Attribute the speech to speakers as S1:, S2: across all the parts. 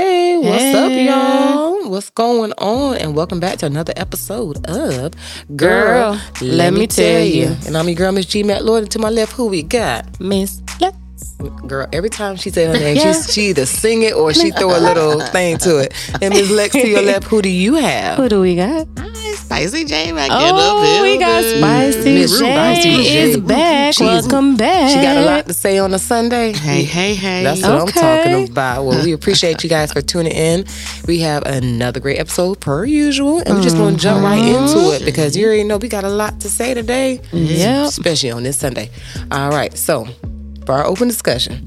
S1: What's up, y'all? What's going on? And welcome back to another episode of Girl,
S2: Girl, Let Me Tell You.
S1: And I'm your girl, Miss G Matt Lord. And to my left, who we got?
S2: Miss Lutz.
S1: Girl, every time she say her name,
S2: Yeah.
S1: she's she, either sing it or she throw a little thing to it. And Miss Lex, to your left, who do you have?
S2: Who do we got?
S3: Spicy J back in the
S2: Oh, we got
S3: building.
S2: Spicy
S1: Miss Spicy
S2: J
S1: J.
S2: is back.
S1: She's-
S2: Welcome back.
S1: She got a lot to say on a Sunday.
S3: Hey, hey, hey.
S1: That's
S3: oh,
S1: what I'm
S2: Okay.
S1: talking about. Well, we appreciate you guys for tuning in. We have another great episode per usual, and we're just going to jump right
S2: Uh-huh.
S1: into it because you already know we got a lot to say today,
S2: Yep.
S1: especially on this Sunday. All right, so for our open discussion,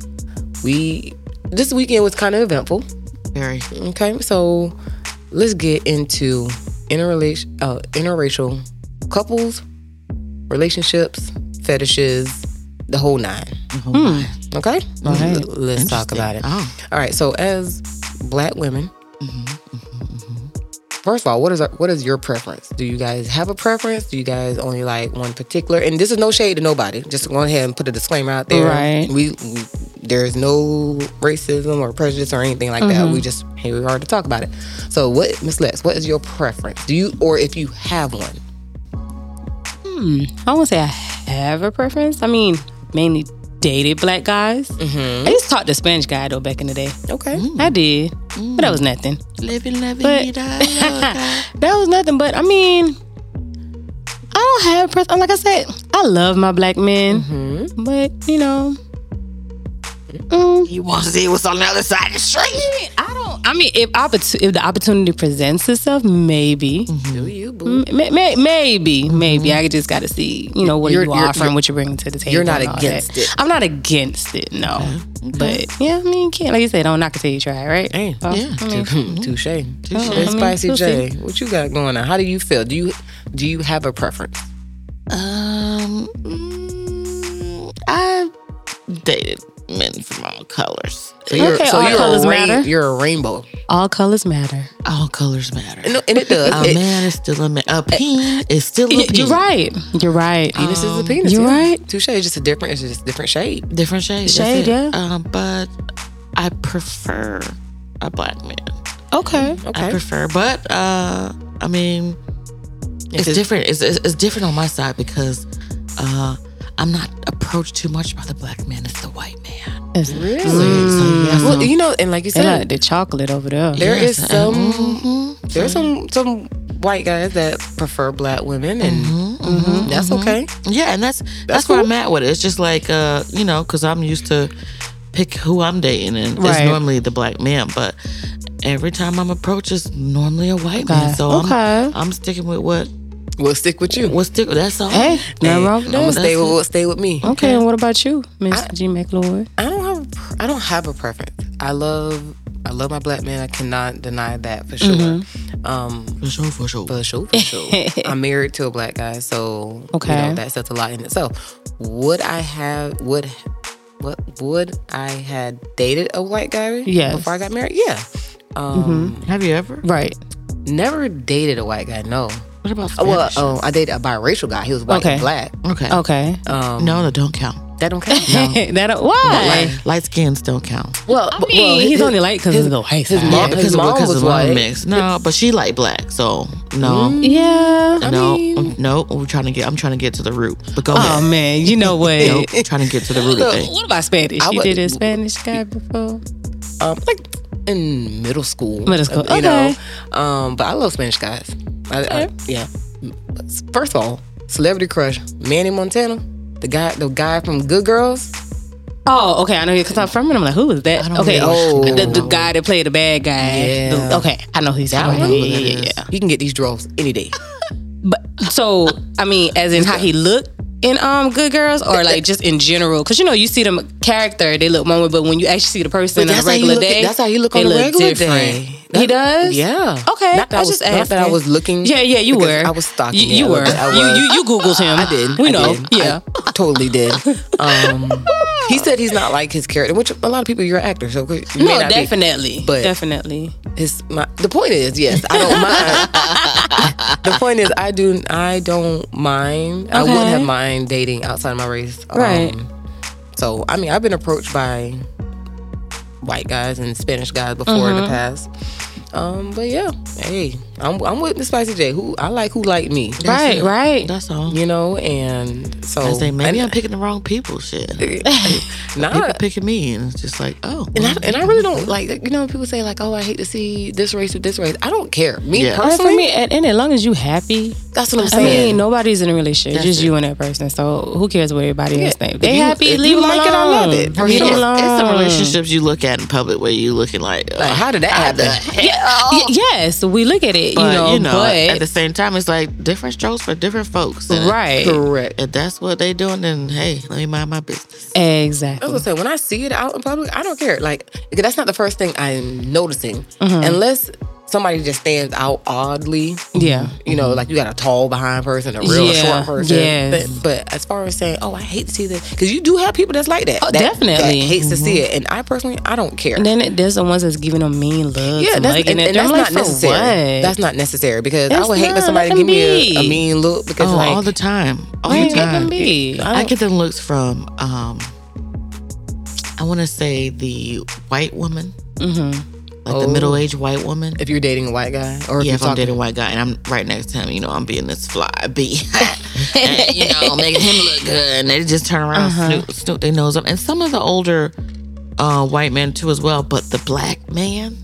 S1: we this weekend was kind of eventful.
S3: very.
S1: Okay, so let's get into interrelation, uh, interracial couples, relationships, fetishes, the whole nine. Hmm. Okay,
S2: right.
S1: let's talk about it.
S3: Oh,
S1: All right. So as black women, first of all, what is our, what is your preference? Do you guys have a preference? Do you guys only like one particular? And this is no shade to nobody. Just go ahead and put a disclaimer out there.
S2: Right.
S1: We, we- there's no racism or prejudice or anything like that. We just here we are to talk about it. So what, Miss Lex? What is your preference? Do you or if you have one?
S2: I won't say I have a preference. I mean, mainly dated black guys.
S3: Mm-hmm.
S2: I used to talk to Spanish guy though back in the day. Mm-hmm.
S1: Okay.
S2: I did, but that was nothing.
S3: living la
S2: But-
S3: vida loca.
S2: That was nothing. But I mean, I don't have a preference. Like I said, I love my black men, but you know,
S3: Mm-hmm. you want to see what's on the other side of the street?
S2: I don't. I mean, if opportu- if the opportunity presents itself, maybe,
S3: Mm-hmm.
S1: Do you? Boo?
S2: M- may- may- maybe, maybe. I just got to see, you know, what
S1: Mm-hmm. You're-
S2: you
S1: you're-
S2: offer and what you're bringing to the table.
S1: you're not
S2: and all that.
S1: against it. Mm-hmm.
S2: I'm not against it. No, but yeah, I mean, you can't like you said, don't knock it till you try, right?
S1: Hey,
S2: So,
S3: yeah.
S2: Oh, I mean, mm-hmm. Oh,
S1: Touche.
S2: I
S1: Touche.
S2: mean,
S1: Spicy
S2: we'll
S1: J. What you got going on? How do you feel? Do you do you have a preference?
S3: Um, mm, I dated men from all colors.
S1: So you're,
S2: Okay,
S1: so
S2: all
S1: you're
S2: colors
S1: a rain-
S2: matter.
S1: You're a rainbow,
S2: all colors matter.
S3: All colors matter.
S1: and, and it does.
S3: a
S2: Oh,
S1: It-
S3: man is still a man. A peen is still a
S2: Y-
S3: peen.
S2: You're right. You're right.
S1: penis is a penis.
S2: you
S1: yeah.
S2: right.
S1: Touche. It's just a different. It's just a different shade.
S3: Different shades.
S2: Shade, yeah.
S3: Um, but I prefer a black man.
S2: okay.
S3: I
S1: Ah, Okay.
S3: prefer. But uh, I mean, it's, different. It's, it's it's different on my side because uh, I'm not approached too much by the black man. It's the white man.
S2: It's-
S3: So, so,
S1: Really?
S2: Mm-hmm.
S3: yeah,
S1: Well,
S3: so-
S1: you know, and like you
S2: They
S1: said,
S2: like the chocolate over there.
S1: there is
S3: Yes,
S1: some.
S3: mhm.
S2: mm-hmm.
S1: There's some some white guys that prefer black women, and
S2: Mm-hmm,
S1: that's okay.
S3: yeah, and that's that's, where I'm at with it. It's just like uh, you know, because I'm used to pick who I'm dating, and
S2: Right.
S3: it's normally the black man, but. Every time I'm approached, it's normally a white man,
S2: Okay.
S3: so I'm
S2: Okay.
S3: I'm sticking with what
S1: We'll stick with you.
S3: what stick. That's all.
S2: Hey, nothing wrong with
S1: No,
S2: that. Oh,
S1: stay
S3: that's
S1: with stay with me.
S2: Okay, and what about you, Miss G McLaurin?
S1: I don't have a pre- I don't have a preference. I love I love my black man. I cannot deny that for sure.
S2: Mm-hmm.
S1: Um,
S3: For sure, for sure.
S1: For sure, for sure. I'm married to a black guy, so okay, you
S2: Okay.
S1: know, that says a lot in itself. Would I have would what would I had dated a white guy
S2: Yes.
S1: before I got married? Yeah. Um,
S3: Have you ever?
S2: Right. Mm-hmm.
S1: Never dated a white guy. No.
S3: What about
S1: Oh, well, uh,
S3: Spanish?
S1: oh, I dated a biracial guy. He was white
S2: Okay.
S1: and black.
S3: okay,
S2: Okay.
S1: Um,
S3: No, no, don't count.
S1: that don't count.
S2: that don't- why?
S3: Light, light skins don't count.
S1: Well,
S2: I mean, he's only light because of the white side.
S1: mom- Yeah, his
S3: of-
S1: mom was
S3: of mom
S1: white.
S3: mix. No, but she light black, so
S1: Mm,
S3: no,
S2: yeah.
S3: no, um, no. We're trying to get. I'm trying to get to the root. But go
S2: Oh
S3: ahead.
S2: man, you know what?
S3: No, I'm trying to get to the root of thing.
S2: What about Spanish?
S1: I
S2: you
S1: would-
S2: did a Spanish guy before?
S1: um, like in middle school.
S2: Middle school,
S1: you know.
S2: okay.
S1: Um, but I love Spanish guys. I, I- yeah. First of all, celebrity crush Manny Montana, the guy, the guy from Good Girls.
S2: Oh, okay. I know because I'm from it. I'm like, who is that?
S3: don't
S2: Okay,
S3: know.
S1: Oh.
S2: the, the guy that played the bad guy.
S1: Yeah.
S2: The- okay, I know who he's talking about.
S1: one?
S2: Yeah, yeah, yeah, yeah.
S1: You can get these draws any day.
S2: But so, I mean, as in how he looked in um Good Girls, or like just in general, because you know you see them character, they look one way, but when you actually see the person on a
S1: that's how you
S2: regular
S1: look-
S2: day,
S1: that's how you look
S2: they
S1: on a regular day.
S2: he does.
S1: Yeah.
S2: Okay,
S1: Not that I
S2: I
S1: was,
S2: just
S1: not that I
S2: asking.
S1: was looking.
S2: Yeah, yeah, you
S1: because
S2: were.
S1: I was stalking
S2: You,
S1: it
S2: you
S1: a
S2: were.
S1: little bit. I was.
S2: You, you you Googled him.
S1: I did.
S2: We
S1: I
S2: know.
S1: did.
S2: Yeah.
S1: I totally did. Um, he said he's not like his character, which a lot of people. You're an actor, so you may
S2: no,
S1: not be.
S2: definitely.
S1: but-
S2: definitely.
S1: It's my the point is yes I don't mind. the point is I do I don't mind. I wouldn't
S2: Okay.
S1: have mind dating outside of my race. Um,
S2: Right.
S1: so I
S2: Mm-hmm.
S1: mean I've been approached by white guys and Spanish guys before in the past. Um, but yeah, hey, I'm I'm with the spicy J. Who I like who like me,
S2: right,
S3: it.
S2: right.
S3: That's all.
S1: you know, and so
S3: I say maybe
S1: and-
S3: I'm picking the wrong people. Shit, people
S1: nah,
S3: picking me, and it's just like, oh,
S1: And I, and I really don't like you know people say like oh I hate to see this race with this race I don't care me
S3: Yeah.
S2: But
S1: personally
S2: for me, and, and as long as you happy,
S1: that's what I'm
S2: I
S1: saying
S2: mean, nobody's in a relationship.
S3: That's
S2: just
S3: it.
S2: you and that person. So who cares what everybody else
S1: Yeah.
S2: thinks? They
S1: If you-
S2: happy.
S1: if
S2: Leave
S1: you
S2: them
S1: like it, I love
S2: alone.
S1: it, for
S3: I mean,
S2: Leave
S1: sure.
S2: them
S3: it's,
S2: alone.
S3: it's the relationships you look at in public where you looking like,
S1: like,
S3: oh,
S1: how did that happen
S2: Yeah, y- yes, we look at it, you
S3: but,
S2: know,
S3: at the
S2: but
S3: same time, it's like different strokes for different folks, and
S2: right,
S1: correct
S3: If that's what they doing, then hey, let me mind my business.
S1: I
S2: exactly.
S1: was gonna say when I see it out in public I don't care like because that's not the first thing I'm noticing unless somebody just stands out oddly
S2: Yeah.
S1: you know like you got a tall behind person a real
S2: Yeah.
S1: short person
S2: Yes.
S1: but, but as far as saying oh I hate to see this because you do have people that's like that
S2: Oh,
S1: that-
S2: definitely.
S1: that hates to see it and I personally I don't care
S2: And then it- there's the ones that's giving them mean looks.
S1: Yeah,
S2: and
S1: that's,
S2: liking
S1: and,
S2: it.
S1: and
S2: I'm
S1: that's
S2: like,
S1: not
S2: for
S1: necessary.
S2: what?
S1: That's not necessary because I
S2: It's
S1: would hate for
S2: not.
S1: somebody
S2: Let
S1: to give
S2: them
S1: me a, a
S2: be.
S1: mean look because
S3: Oh,
S1: like
S3: all the time, all
S2: Right,
S3: the
S2: let them
S3: time.
S2: be. I
S1: Oh.
S3: I,
S2: don't-
S3: get them looks from, um, I want to say the white woman,
S2: Mm-hmm.
S3: like
S1: Oh.
S3: the middle aged white woman.
S1: if you're dating a white guy or if
S3: yeah,
S1: you're
S3: if I'm
S1: talking,
S3: dating a white guy and I'm right next to him, you know, I'm being this fly bee, And, you know, making him look good, and they just turn around,
S1: Uh-huh.
S3: snoot, snoot their nose up, and some of the older uh, white men too as well, but the black man,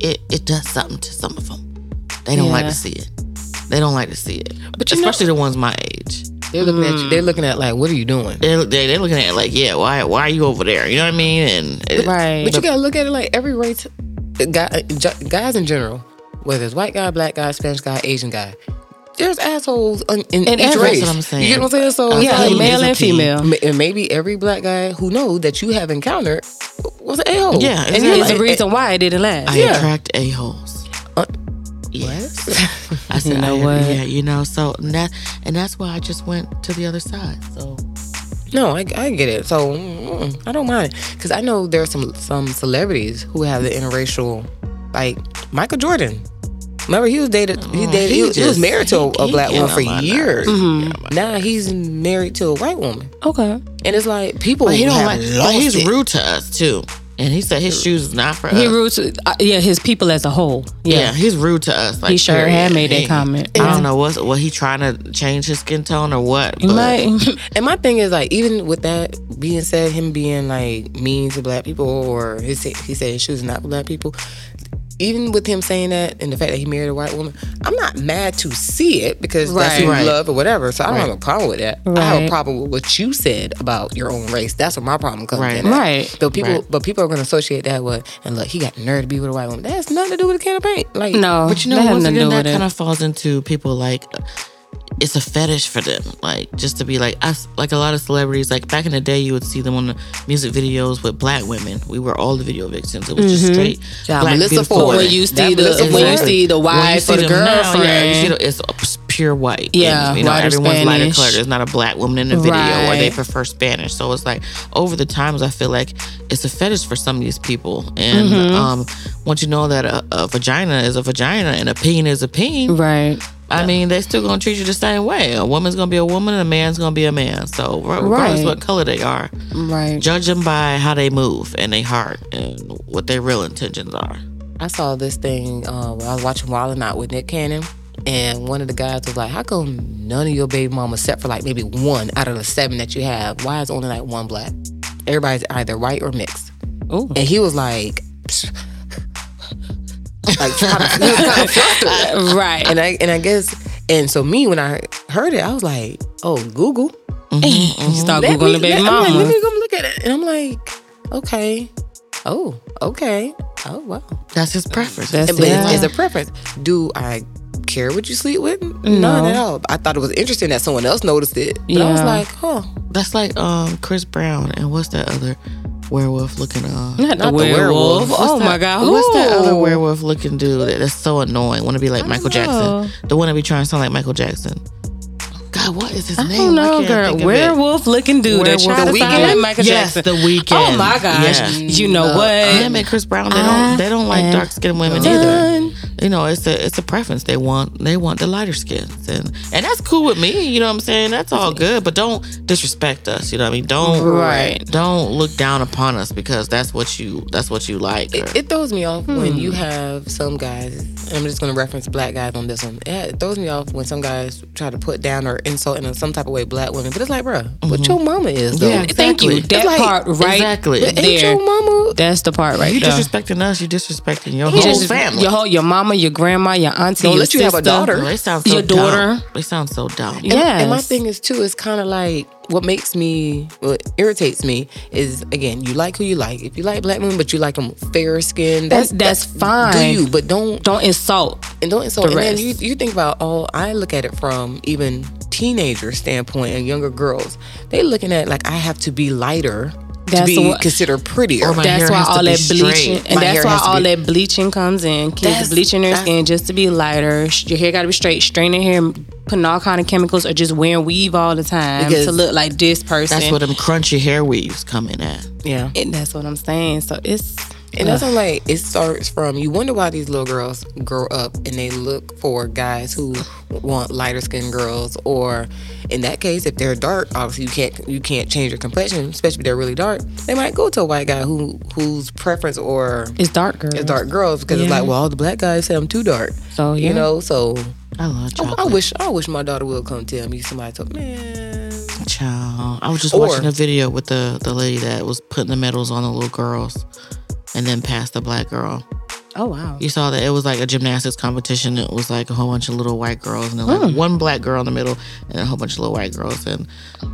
S3: it it does something to some of them. They don't like
S2: Yeah.
S3: to see it. They don't like to see it,
S1: But you know-
S3: especially the ones my age.
S1: they're looking at you, they're looking at like, what are you doing?
S3: They're, they they're looking at it like, yeah, why why are you over there? You know what I mean? And it,
S2: Right.
S1: But you gotta look at it like every race, uh, guy, ju- guys in general, whether it's white guy, black guy, Spanish guy, Asian guy, there's assholes in, in,
S2: In
S1: each
S2: every-
S1: race.
S3: That's what I'm saying.
S1: You get what I'm saying? So
S3: I'm
S1: it's
S2: yeah,
S3: telling
S2: like
S3: you,
S1: like,
S2: male
S3: there's a
S2: and
S3: team.
S2: female.
S1: ma- and maybe every black guy who knows that you have encountered was an a-hole.
S3: Yeah,
S1: and
S3: exactly.
S1: you're
S2: There's
S1: like, eh,
S2: a reason why it didn't last.
S3: I
S1: Yeah.
S3: attract a holes.
S1: Uh,
S3: yes.
S1: what?
S3: I said,
S2: You know
S3: I-
S2: what?
S3: yeah, you know, so and that and that's why I just went to the other side. So
S1: No, I, I get it. So mm, I don't mind because I know there are some some celebrities who have the interracial, like Michael Jordan. Remember, he was dated. He dated. he,
S3: Oh, he
S1: was, he was
S3: just-
S1: married to a, a
S3: he
S1: black
S3: get
S1: woman for
S3: on my Mm-hmm. nerves.
S1: years.
S2: Mhm.
S1: Now he's married to a white woman,
S2: Okay.
S1: and it's like people.
S3: but he don't
S1: have
S3: like but
S1: lost
S3: he's
S1: it.
S3: rude to us too. And he said his shoes is not for
S2: He
S3: us.
S2: roots. Uh, yeah, his people as a whole.
S3: yeah.
S2: Yeah.
S3: he's rude to us. Like
S2: He sure
S3: period.
S2: had made that
S3: He-
S2: comment.
S3: I
S2: Yeah.
S3: don't know what's what he trying to change his skin tone or what.
S2: You
S3: but-
S2: might.
S1: And my thing is like, even with that being said, him being like mean to black people, or his he said his shoes are not for black people. Even with him saying that, and the fact that he married a white woman, I'm not mad to see it because that's who you
S3: Right. Right.
S1: love or whatever. So I don't have a problem with that. I have a
S2: Right.
S1: problem with what you said about your own race. That's where my problem comes
S3: Right.
S1: in. at.
S2: Right.
S1: But people,
S3: Right.
S1: but people are going to associate that with. And look, he got the nerve to be with a white woman. That has nothing to do with a can of paint. Like
S2: No.
S3: But you know,
S2: that had
S3: once
S2: nothing to
S3: again,
S2: do
S3: that
S2: with it.
S3: kind of falls into people like it's a fetish for them, like just to be like us, like a lot of celebrities. Like back in the day, you would see them on the music videos with black women. We were all the video victims. It was just straight
S1: Yeah,
S3: black
S1: Melissa
S3: beautiful
S1: Ford.
S2: But
S3: women.
S2: when you
S1: That
S2: see the
S1: Melissa
S2: when you
S1: Ford.
S2: see the
S3: When you
S2: wife
S3: see
S2: or the
S3: them now,
S2: girlfriend,
S3: yeah, you see the- it's it's pure white.
S2: Yeah,
S3: And, you know,
S2: white or
S3: everyone's lighter
S2: Spanish.
S3: colored. There's not a black woman in the video, or they
S2: Right.
S3: prefer Spanish. So it's like over the times, I feel like it's a fetish for some of these people. And um, once you know that a, a vagina is a vagina and a peen is a peen,
S2: right?
S3: I mean, they still gonna treat you the same way. A woman's gonna be a woman, and a man's gonna be a man. So re- regardless
S2: Right.
S3: what color they are,
S2: Right.
S3: judge them by how they move and they heart and what their real intentions are.
S1: I saw this thing uh, when I was watching Wild and Out with Nick Cannon, and one of the guys was like, "How come none of your baby mama, except for like maybe one out of the seven that you have, why is only like one black? Everybody's either white or mixed."
S2: Ooh.
S1: And he was like, like trying to, he was trying to fluster it.
S2: Right.
S1: and I and I guess and so me when I heard it, I was like, "Oh, Google."
S2: you start
S1: Let
S2: googling
S1: me-
S2: the baby
S1: let- I'm
S2: mama.
S1: like, let me go look at it, and I'm like, "Okay, oh, okay, oh wow."
S3: That's his preference.
S2: That's
S1: And- but
S2: Yeah.
S1: it's, it's a preference. Do I care what you sleep with? None
S2: No.
S1: at all. I thought it was interesting that someone else noticed it, but I was
S2: Yeah.
S1: like, huh,
S3: That's like um Chris Brown and what's that other werewolf looking uh
S2: Not the
S1: the werewolf.
S2: werewolf. Oh
S3: that-
S2: my god.
S3: What's that other
S2: Who?
S3: werewolf looking dude that- that's so annoying? Wanna be like Michael
S2: know.
S3: Jackson. The one that be trying to sound like Michael Jackson. God, what is his
S2: I
S3: name?
S2: don't
S3: I
S2: know,
S3: can't
S2: girl.
S3: think of it.
S2: Werewolf looking dude that
S3: Werewolf.
S2: tried
S3: The
S2: to sound like
S3: Weeknd?
S2: Michael
S3: Yes,
S2: Jackson.
S3: The Weeknd.
S2: Oh my gosh.
S3: Yes.
S2: You know
S1: Uh,
S2: what?
S3: Him and Chris Brown, they
S2: I
S3: don't they don't like
S2: am
S3: dark skinned women
S2: done.
S3: either. you know, it's a it's a preference. They want they want the lighter skins, and and that's cool with me. You know what I'm saying? That's all good, but don't disrespect us. You know what I mean? Don't
S2: Right.
S3: Don't look down upon us because that's what you that's what you like. or-
S1: It, it throws me off
S2: Hmm.
S1: when you have some guys. and I'm just going to reference black guys on this one. Yeah, it throws me off when some guys try to put down or insult in some type of way black women. But it's like, bruh, what your mama is though.
S3: Yeah.
S2: Mm-hmm. Thank you.
S3: Exactly.
S2: That
S1: Like,
S2: part right
S3: exactly.
S2: there.
S3: But
S1: Ain't your mama?
S2: That's the part right
S3: you
S2: there.
S3: disrespecting us, you disrespecting your whole
S2: You just-
S3: family.
S2: Your whole your mama, your grandma, your auntie.
S1: Don't
S2: your
S1: let you have a
S2: sister.
S1: daughter.
S3: Well, they sound so
S2: Your daughter.
S3: Dumb. They sound so dumb.
S2: Yeah.
S1: And my
S2: Yes.
S1: thing is too, it's kind of like what makes me, what irritates me is again, you like who you like. If you like black women, but you like them fair skinned,
S2: That's that's fine.
S1: Do you? But don't
S2: Don't insult.
S1: and don't insult.
S2: the
S1: and then
S2: rest.
S1: you you think about oh, I look at it from even teenager standpoint and younger girls. They looking at it like I have to be lighter to
S2: That's Oh,
S1: be
S2: what-
S1: considered prettier.
S3: Or my
S2: that's
S3: hair
S2: why
S3: has to
S2: all
S3: be
S2: that
S3: straight.
S2: bleaching and
S1: My hair
S2: that's why
S1: has to
S2: all
S1: be-
S2: that bleaching comes in. Kids
S1: That's-
S2: bleaching their
S1: that's-
S2: skin just to be lighter. Sh- Your hair got to be straight. Straining hair, putting all kind of chemicals, or just wearing weave all the time
S1: Because
S2: to look like this person.
S3: That's where them crunchy hair weaves come in at.
S1: yeah.
S2: and that's what I'm saying. So it's
S1: And that's what I'm like it starts from. You wonder why these little girls grow up and they look for guys who want lighter skinned girls, or in that case, if they're dark, obviously you can't you can't change your complexion, especially if they're really dark. They might go to a white guy who whose preference or
S2: it's dark girl.
S1: is dark girls because it's
S2: Yeah.
S1: like, well, all the black guys say I'm too dark.
S2: So yeah.
S1: You know, so
S3: I
S2: Oh,
S3: love
S1: I,
S3: chocolate.
S1: I wish I wish my daughter would come tell me somebody told man.
S3: Child. I was just
S1: Or-
S3: watching a video with the, the lady that was putting the medals on the little girls and then passed the black girl.
S2: Oh wow.
S3: You saw that it was like a gymnastics competition. It was like a whole bunch of little white girls and then
S2: Hmm.
S3: like one black girl in the middle and a whole bunch of little white girls. And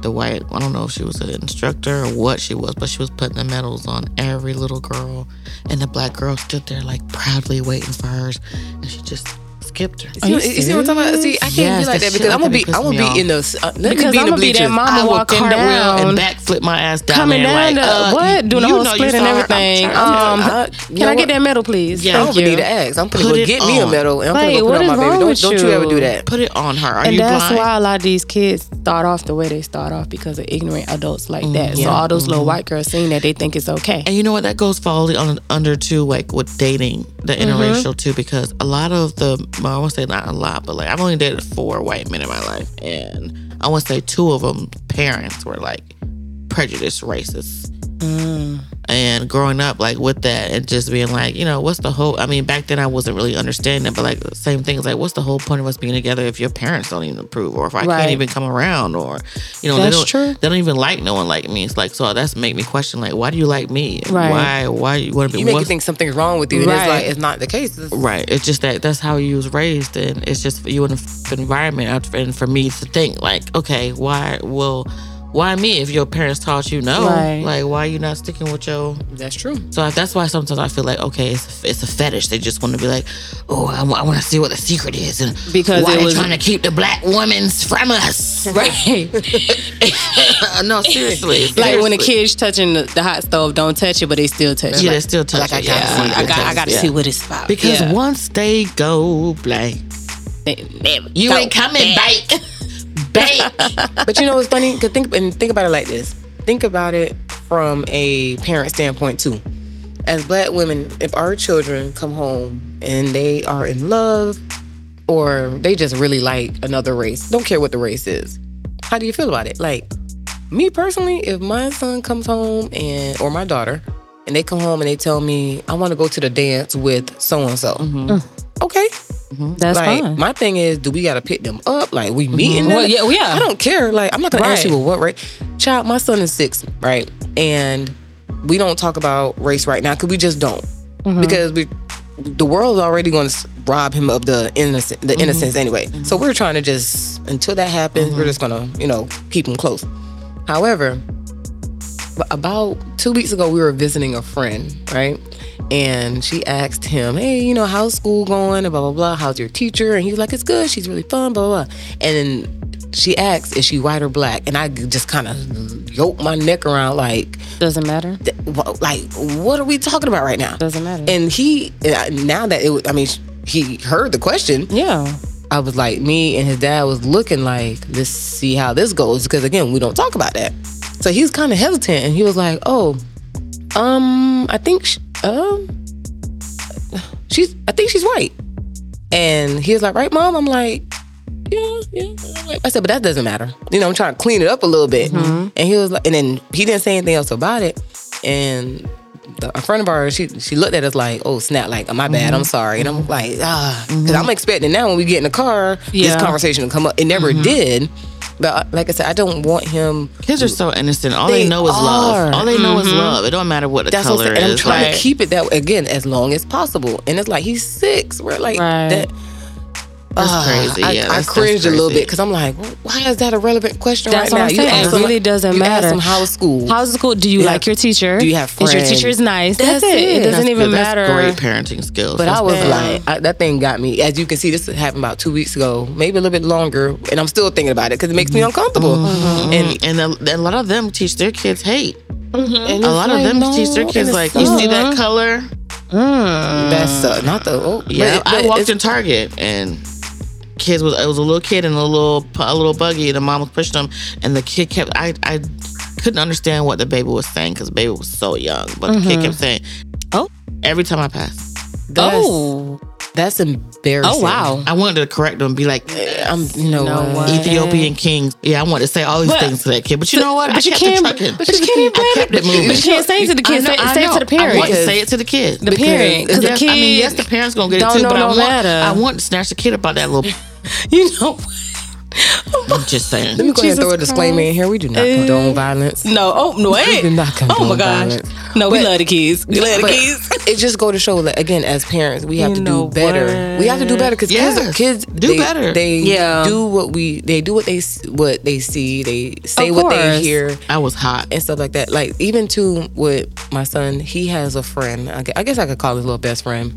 S3: the white, I don't know if she was an instructor or what she was, but she was putting the medals on every little girl. And the black girl stood there like proudly waiting for hers. And she just skipped her.
S1: You, you see what I'm talking about? See, I can't
S3: Yes,
S1: be like
S3: that
S1: that
S3: shit
S1: because I'm gonna
S3: like
S1: be
S3: that
S1: I'm gonna
S3: pisses me
S1: be in the uh, let me
S2: Because
S1: be in the
S2: I'ma be that
S1: bleachers.
S2: mama
S3: I will
S2: walking
S3: cartwheel
S2: down.
S3: and backflip my ass down
S2: Coming
S3: there, like,
S2: down, the,
S3: uh,
S2: what? Doing the
S3: you
S2: whole
S3: know you
S2: split and
S3: saw her. I'm
S2: everything. Um,
S3: trying to-
S1: I-
S2: can
S1: you know
S2: I get
S1: what?
S2: that medal, please?
S3: Yeah.
S1: I
S2: Thank
S1: don't even
S2: you.
S1: need to ask. I'm gonna go
S3: Put it
S1: get me a
S3: on.
S1: medal and I'm
S2: Wait,
S1: gonna go
S2: what
S1: put it
S2: is
S1: on my baby.
S2: wrong
S1: Don't,
S2: with
S1: don't you
S2: you?
S1: ever do that.
S3: Put it on her. Are
S2: and
S3: you
S2: that's
S3: blind?
S2: why a lot of these kids start off the way they start off because of ignorant adults like that.
S3: Mm,
S2: So all those
S3: Mm-hmm.
S2: little white girls seeing that they think it's okay.
S3: And you know what? That goes fully on under too, like with dating the
S2: Mm-hmm.
S3: interracial too, because a lot of the well, I won't say not a lot, but like I've only dated four white men in my life, and I want to say two of them parents were like prejudiced racists.
S2: Mm.
S3: And growing up like with that and just being like, you know, what's the whole I mean, back then I wasn't really understanding, but like the same things like what's the whole point of us being together if your parents don't even approve or if I
S2: Right.
S3: can't even come around or you know,
S2: That's
S3: they don't,
S2: true.
S3: They don't even like no one like me. It's like so that's make me question like why do you like me?
S2: Right.
S3: Why why you want to be
S1: You make you
S3: what's-
S1: think something's wrong with you, and
S2: Right.
S1: it's like it's not the case. It's-
S3: right? It's just that that's how you was raised, and it's just you in an environment. And for me to think like okay, why well why me if your parents taught you no?
S2: Right.
S3: Like why you not sticking with your
S1: That's true.
S3: so I- that's why sometimes I feel like okay, it's it's a fetish. They just want to be like, oh, I, want to see what the secret is, and
S2: Because
S3: why
S2: it
S3: they
S2: was-
S3: trying to keep the black women's from us,
S2: Right.
S3: no, seriously,
S2: like when
S3: seriously.
S2: the kid's touching the, the hot stove, don't touch it, but they still touch
S3: yeah,
S2: it.
S3: they still touch.
S1: like, I
S3: it.
S1: gotta
S3: yeah,
S1: see-
S2: I got, I got to
S3: yeah.
S2: see what it's about.
S3: Because
S2: Yeah.
S3: once they go blank,
S2: They- they-
S3: you
S2: go
S3: ain't coming
S2: back.
S3: back. Back.
S1: But you know what's funny? Cause think and think about it like this. Think about it from a parent standpoint too. As black women, if our children come home and they are in love or they just really like another race, don't care what the race is. How do you feel about it? Like me personally, if my son comes home and or my daughter and they come home and they tell me I want to go to the dance with so and so. Okay,
S2: That's
S1: like
S2: fine. Mm-hmm.
S1: my thing is, do we gotta pick them up? Like we meeting them?
S2: Well, yeah, well, yeah.
S1: I don't care. Like I'm not gonna ask
S2: Right.
S1: you well, what right. Child, my son is six, right? And we don't talk about race right now because we just don't
S2: Mm-hmm.
S1: because we the world's already going to rob him of the innocent
S2: Mm-hmm.
S1: the innocence anyway. So we're trying to just until that happens, we're
S2: Mm-hmm.
S1: just gonna you know keep him close. However, b- about two weeks ago, we were visiting a friend, right? And she asked him, "Hey, you know, how's school going? And blah blah blah. How's your teacher?" And he was like, "It's good. She's really fun." Blah blah. blah. And then she asked, "Is she white or black?" And I just kind of yoked my neck around, like,
S2: Doesn't matter.
S1: th- wha- like, what are we talking about right now?
S2: Doesn't matter.
S1: And he, and I- now that it, was- I mean, sh- he heard the question.
S2: yeah.
S1: I was like, me and his dad was looking like, let's see how this goes. Because again, we don't talk about that. So he was kind of hesitant and he was like, oh, um, I think, sh- um, she's, I think she's white. And he was like, right, mom? I'm like, yeah, yeah. I said, but that doesn't matter. You know, I'm trying to clean it up a little bit. And he was like, and then he didn't say anything else about it. And the, a friend of ours, she she looked at us like, oh snap, like my bad, I'm sorry. And I'm like, ah, because I'm expecting now when we get in the car,
S2: Yeah.
S1: this conversation to come up. It never did. But uh, like I said, I don't want him.
S3: Kids are so innocent. All they,
S1: They
S3: know is love.
S1: are. Mm-hmm.
S3: All they know is love. It don't matter what the
S1: That's
S3: color
S1: what I'm saying. And I'm
S3: is.
S1: trying
S3: like-
S1: to keep it that way again as long as possible. And it's like he's six. We're like
S2: Right.
S1: that.
S3: That's
S1: Ah,
S3: crazy.
S1: I,
S3: Yeah,
S1: I
S3: that's- that's
S1: cringed a little
S3: crazy.
S1: bit because I'm like, "Wh- why is that a relevant question right
S2: That's what
S1: now?
S2: I'm saying. It
S1: them-
S2: really doesn't
S1: you ask
S2: matter.
S1: them how is school?
S2: How's the school? Do you
S1: Yeah.
S2: like your teacher?
S1: Do you have
S2: Is your
S1: friends?
S2: teacher is nice? That's,
S1: That's
S2: it. It
S1: it.
S2: doesn't
S1: That's
S2: even
S3: Yeah,
S2: matter.
S3: That's great parenting skills.
S1: But
S3: That's
S1: I was
S3: bad.
S1: like, I, that thing got me. As you can see, this happened about two weeks ago, maybe a little bit longer, and I'm still thinking about it because it
S2: Mm-hmm.
S1: makes me uncomfortable. And,
S3: and and a, a lot of them teach their kids hate.
S1: and
S3: A lot of them teach their kids like, you see that color?
S2: Hmm.
S1: that's uh, not the oh
S3: Yeah,
S1: but-
S3: I
S1: but
S3: walked
S1: it's-
S3: in Target and kids was it was a little kid in a little a little buggy. and The mom was pushing him, and the kid kept I I couldn't understand what the baby was saying because the baby was so young, but the
S2: Mm-hmm.
S3: kid kept saying, "Oh." Every time I pass,
S1: that's,
S2: Oh,
S1: that's embarrassing.
S2: oh wow.
S3: I wanted to correct them, and be like. "Eh,
S1: I'm you know,
S2: No
S1: what?
S2: way.
S3: Ethiopian kings. Yeah, I wanted to say all these
S2: But-
S3: things to that kid, but you know what?
S2: But
S3: I
S2: you
S3: kept
S2: can't.
S3: it trucking.
S2: But you can't
S3: I
S2: blame
S3: kept it
S2: it.
S3: moving.
S2: But you can't say it to the kids.
S3: I
S2: Say,
S3: know- I
S2: say it
S3: know.
S2: to the
S3: I want to
S2: parents.
S3: say it to the kid.
S2: The parent, because the
S3: I mean,
S2: kid
S3: yes, the parents gonna get it
S2: don't
S3: too,
S2: know
S3: but I
S2: no
S3: want,
S2: matter.
S3: I want to snatch the kid up by that little.
S2: You know.
S3: I'm just saying.
S1: Let me go ahead and
S2: Jesus
S1: throw a disclaimer in here. We do not condone violence.
S2: No. Oh no. Wait.
S1: do not
S2: Oh
S1: condone
S2: my gosh.
S1: violence.
S2: No, we
S1: But-
S2: love the kids. We love the
S1: But
S2: kids.
S1: It just go to show, like again, as parents, we have
S2: You
S1: to
S2: know
S1: do better.
S2: what?
S1: We have to do better because
S3: Yes.
S1: kids, kids
S3: Do
S1: they-
S3: better.
S1: They
S2: Yeah.
S1: do what we, they do what they s- what they see. They say
S2: Of
S1: what they
S2: course.
S1: hear
S3: I was hot.
S1: and stuff like that. Like even too with my son, he has a friend. I gue- I guess I could call his little best friend.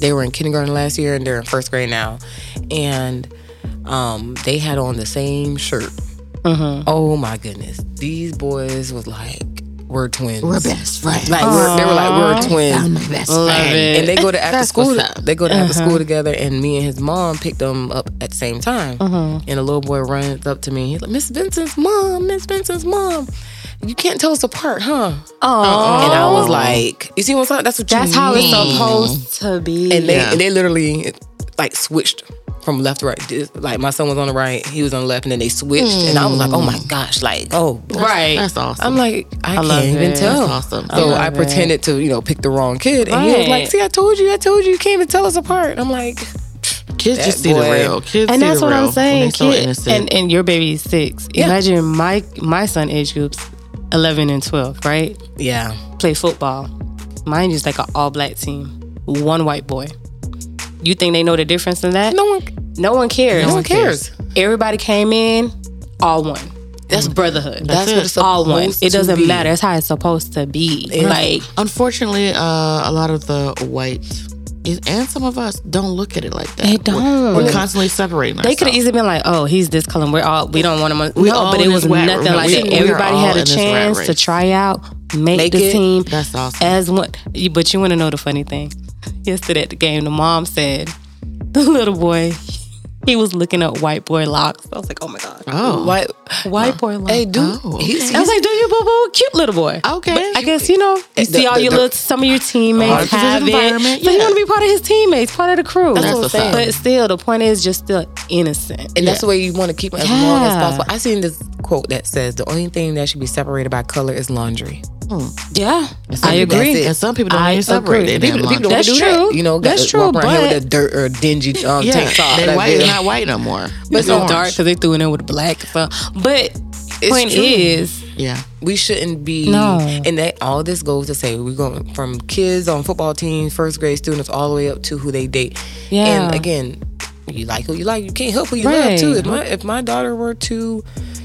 S1: They were in kindergarten last year and they're in first grade now, and um, they had on the same shirt.
S2: Mm-hmm.
S1: Oh my goodness, these boys was like we're twins.
S3: We're best friends.
S1: Like we're, they were like we're twins.
S3: I'm my best
S2: Love
S3: friend.
S2: it.
S1: And they go to after
S3: That's
S1: school.
S3: what's up.
S1: They go to after school together, and me and his mom picked them up at the same time. And a little boy runs up to me. He's like, "Miss Vincent's mom, Miss Vincent's mom, you can't tell us apart, huh?"
S2: Oh,
S1: And I was like, "You see what I'm saying? That's what you
S2: that's how it's
S1: mean."
S2: supposed to be.
S1: And they
S3: Yeah.
S1: and they literally like switched from left to right. This- Like my son was on the right, he was on the left, and then they switched. And I was like, "Oh my gosh!" Like, oh,
S2: right.
S3: That's awesome.
S1: I'm like, I,
S2: love
S1: can't even
S2: it.
S1: tell.
S3: That's awesome. I
S1: So
S2: love
S1: I,
S2: it.
S1: pretended to, you know, pick the wrong kid, and he was
S2: Right.
S1: like, "See, I told you, I told you, you can't even tell us apart." I'm like,
S3: kids just
S1: that
S3: see the
S1: boy-
S3: real. Kids
S2: and
S3: see
S2: that's
S3: the
S2: what
S3: real.
S2: I'm saying.
S3: And they're so
S2: kid-
S3: innocent.
S2: and and your baby's six.
S1: Yeah.
S2: Imagine my my son age groups, eleven and twelve, right?
S1: "Yeah,
S2: Play football. Mine is like an all black team, one white boy. You think they know the difference in that?
S1: no one,
S2: No one cares.
S1: no one cares." Mm.
S2: Everybody came in, all one. That's brotherhood.
S1: That's
S3: it.
S1: what it's
S2: all one.
S1: supposed
S2: It
S1: to
S2: doesn't
S1: be.
S2: matter. That's how it's supposed to be. Like
S3: Unfortunately, uh, a lot of the white and some of us don't look at it like that.
S2: They
S3: We're,
S2: don't.
S3: we're constantly separating
S2: they could have
S3: ourselves.
S2: easily been like, "Oh, he's this color. We're all we don't want him." On.
S3: We
S2: no,
S3: all
S2: but it
S3: in
S2: was
S3: this rat-
S2: nothing like
S3: we-
S2: that.
S3: we are
S2: Everybody
S3: all
S2: had a
S3: in this rat
S2: chance to
S3: race.
S2: try out, make,
S1: Make
S2: the
S1: it.
S2: team
S3: That's awesome.
S2: as one. you- But you want to know the funny thing? Yesterday at the game, the mom said the little boy he was looking up white boy locks. I was like, "Oh my god,
S3: Oh.
S1: Why?
S2: white boy locks."
S1: Hey, dude,
S3: Oh,
S1: he's,
S2: I was like, "Do you boo boo? Cute little boy."
S3: Okay.
S2: But I guess you know you
S3: Eh,
S1: The-
S2: see all
S1: the-
S2: your
S1: the-
S2: little some of your teammates
S3: Artificial
S2: have it,
S3: environment,
S2: so you
S3: yeah.
S2: want to be part of his teammates, part of the crew.
S3: That's what I'm saying.
S2: But still, the point is, just still innocent.
S1: and that's the way you want to keep it as long as
S2: Yeah.
S1: possible. I seen this quote that says, "The only thing that should be separated by color is laundry."
S2: Yeah, I
S1: that's
S2: agree.
S1: it.
S3: and some people don't
S2: I
S3: even separate
S2: agree.
S3: their damn
S1: People, people don't
S3: laundry.
S2: That's
S1: do
S2: true.
S1: that. You know, got
S2: That's
S1: to walk
S2: true,
S1: around here
S2: but-
S1: with a dirt or dingy um,
S3: Yeah,
S1: tank top.
S3: they
S1: like
S3: white,
S1: this.
S3: not white no more.
S2: It's so
S3: orange.
S2: dark because they threw in there with black. So, but point
S1: true.
S2: is,
S3: Yeah.
S1: we shouldn't be
S2: No.
S1: and that all this goes to say we're going from kids on football teams first grade students all the way up to who they date
S2: Yeah.
S1: and again you like who you like you can't help who you love
S2: Right.
S1: too if my, if my daughter were to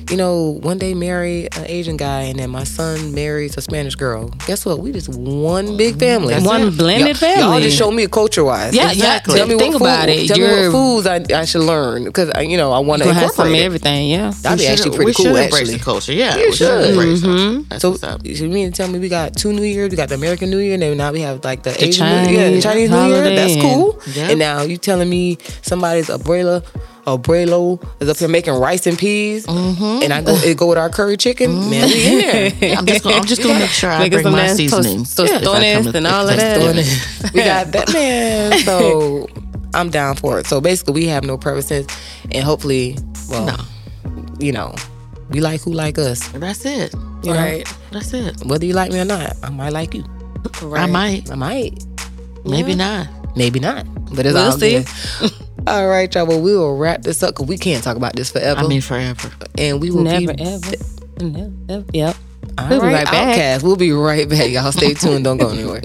S1: you know one day marry an asian guy and then my son marries a spanish girl guess what we just one big family
S2: One blended
S1: Y'all- y'all
S2: family.
S1: just show me culture wise
S2: Yeah, yeah, to think about it,
S1: tell me
S2: you're-
S1: what foods I, I should learn because you know I want to
S2: gonna have some
S1: incorporate
S2: of
S1: it.
S2: everything. Yeah,
S1: that'd
S3: We
S1: be
S3: should-
S1: actually pretty
S3: we should
S1: cool
S3: embrace
S1: actually
S3: the culture. Yeah.
S1: You
S3: we should.
S1: should.
S3: embrace it. That's
S1: so
S3: what's up.
S1: you mean to tell me we got two New Years? We got the American New Year, and then now we have like the, Asian New Year, yeah, the
S2: Chinese
S1: Chinese New Year.
S2: holiday
S1: That's
S2: and-
S1: cool.
S3: Yeah.
S1: And now you telling me somebody's abuela, abuelo is up here making rice and peas,
S2: Mm-hmm.
S1: and I go it go with our curry chicken. Man, we in there.
S3: I'm just gonna, I'm just gonna make sure I
S2: Making
S3: bring
S2: some
S3: my
S2: nice toast-
S3: seasonings. if
S2: tostones
S3: I come to-
S2: and all of
S3: Thanksgiving.
S1: we got that man. So I'm down for it. So basically, we have no preferences, and hopefully, well,
S3: No.
S1: you know, we like who like us.
S3: That's it.
S1: You know?
S2: Right.
S3: That's it.
S1: Whether you like me or not, I might like you.
S3: I might.
S1: I might,
S3: Maybe not.
S1: maybe not, but it's
S2: We'll
S1: all good. all right, y'all. Well, we will wrap this up because we can't talk about this forever.
S3: I mean, forever.
S1: and we will
S2: Never
S1: be
S2: ever. Never, ever. Yep.
S1: All
S2: We'll be right back.
S1: Outcast. We'll be right back, y'all. Stay tuned. Don't go anywhere.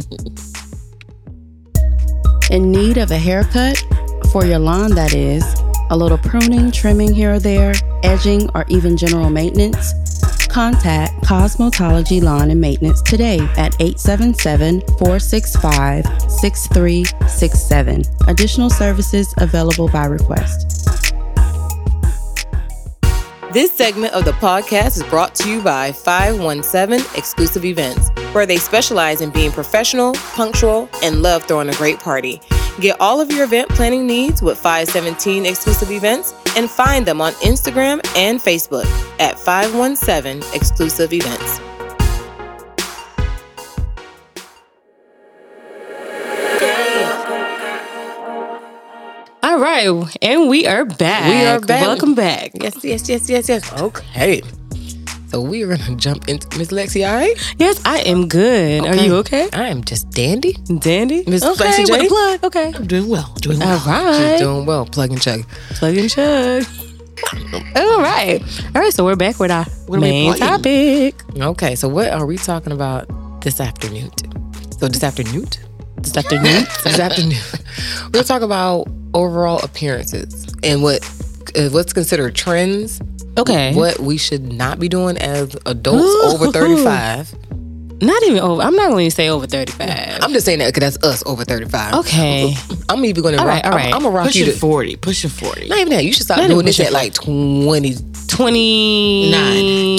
S4: In need of a haircut? For your lawn, that is. A little pruning, trimming here or there, edging, or even general maintenance? Contact Cosmetology Lawn and Maintenance today at 877 465 6367. Additional services available by request.
S1: This segment of the podcast is brought to you by 517 Exclusive Events, where they specialize in being professional, punctual, and love throwing a great party. Get all of your event planning needs with 517 Exclusive Events and find them on Instagram and Facebook at 517 Exclusive Events.
S2: All right, and we are back.
S1: We are back.
S2: Welcome back.
S1: Yes, yes, yes, yes, yes. Okay. So we are going to jump into Miss Lexi, all right?
S2: Yes, I am good. Are
S1: Okay.
S2: you okay,
S1: I am just dandy.
S2: Dandy?
S1: Miss
S2: okay,
S1: Flexi
S2: with
S1: J?
S2: the plug. Okay.
S3: I'm doing well. Doing
S2: All
S3: well.
S1: She's
S2: right.
S1: doing well. Plug and chug.
S2: Plug and chug. All right. All right. So we're back with our
S3: What are we
S2: main
S3: playing?
S2: topic.
S1: Okay, so what are we talking about this afternoon? So this afternoon,
S2: This afternoon.
S1: this afternoon, we'll talk about overall appearances and what uh, what's considered trends.
S2: Okay.
S1: What we should not be doing as adults over
S2: Ooh.
S1: thirty-five.
S2: Not even over. I'm not going to say over 35.
S1: I'm just saying that because that's us over thirty-five.
S2: Okay.
S1: I'm even going to
S2: All
S1: rock.
S2: right, all right.
S1: I'm, gonna rock
S3: Pushing
S1: you to.
S3: 40. Pushing 40.
S1: Not even that. You should start
S2: Not even
S1: doing this
S2: pushing
S1: at like twenty.
S2: 29.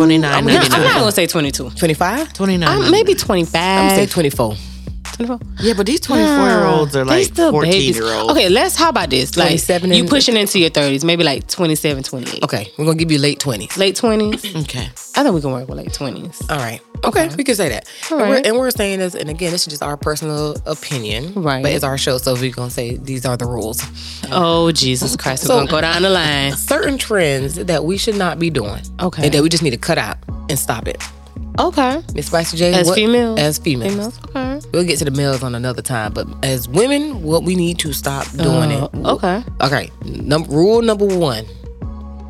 S1: I'm
S2: No,
S1: not-
S2: I'm
S1: Maybe
S2: not going to say 22.
S1: 25?
S3: 29.
S2: Um, maybe
S1: I'm gonna say
S2: 25.
S1: 24.
S2: 24.
S3: Yeah, but these 24 year olds are
S2: They
S3: like 14 year olds.
S2: Okay, let's, how about this? Like,
S1: 27
S2: you
S1: and-
S2: pushing into your 30s, maybe like 27, 28.
S1: Okay, we're gonna give you late 20s.
S2: Late 20s.
S3: Okay.
S2: I think we can work with late 20s.
S1: All right. Okay, we can say that.
S2: All
S1: and, we're,
S2: right.
S1: and we're saying this, and again, this is just our personal opinion.
S2: Right.
S1: But it's our show, so we're going to say these are the rules.
S2: Oh, Jesus Christ. We're
S1: So-
S2: going to go down the line.
S1: Certain trends that we should not be doing.
S2: Okay.
S1: And that we just need to cut out and stop it.
S2: Okay.
S1: Miss Spicy J,
S2: As
S1: what-
S2: females?
S1: As females.
S2: Females. Okay.
S1: We'll get to the males on another time, but as women, what we need to stop doing
S2: Uh,
S1: it.
S2: Okay.
S1: Okay. Num- rule number one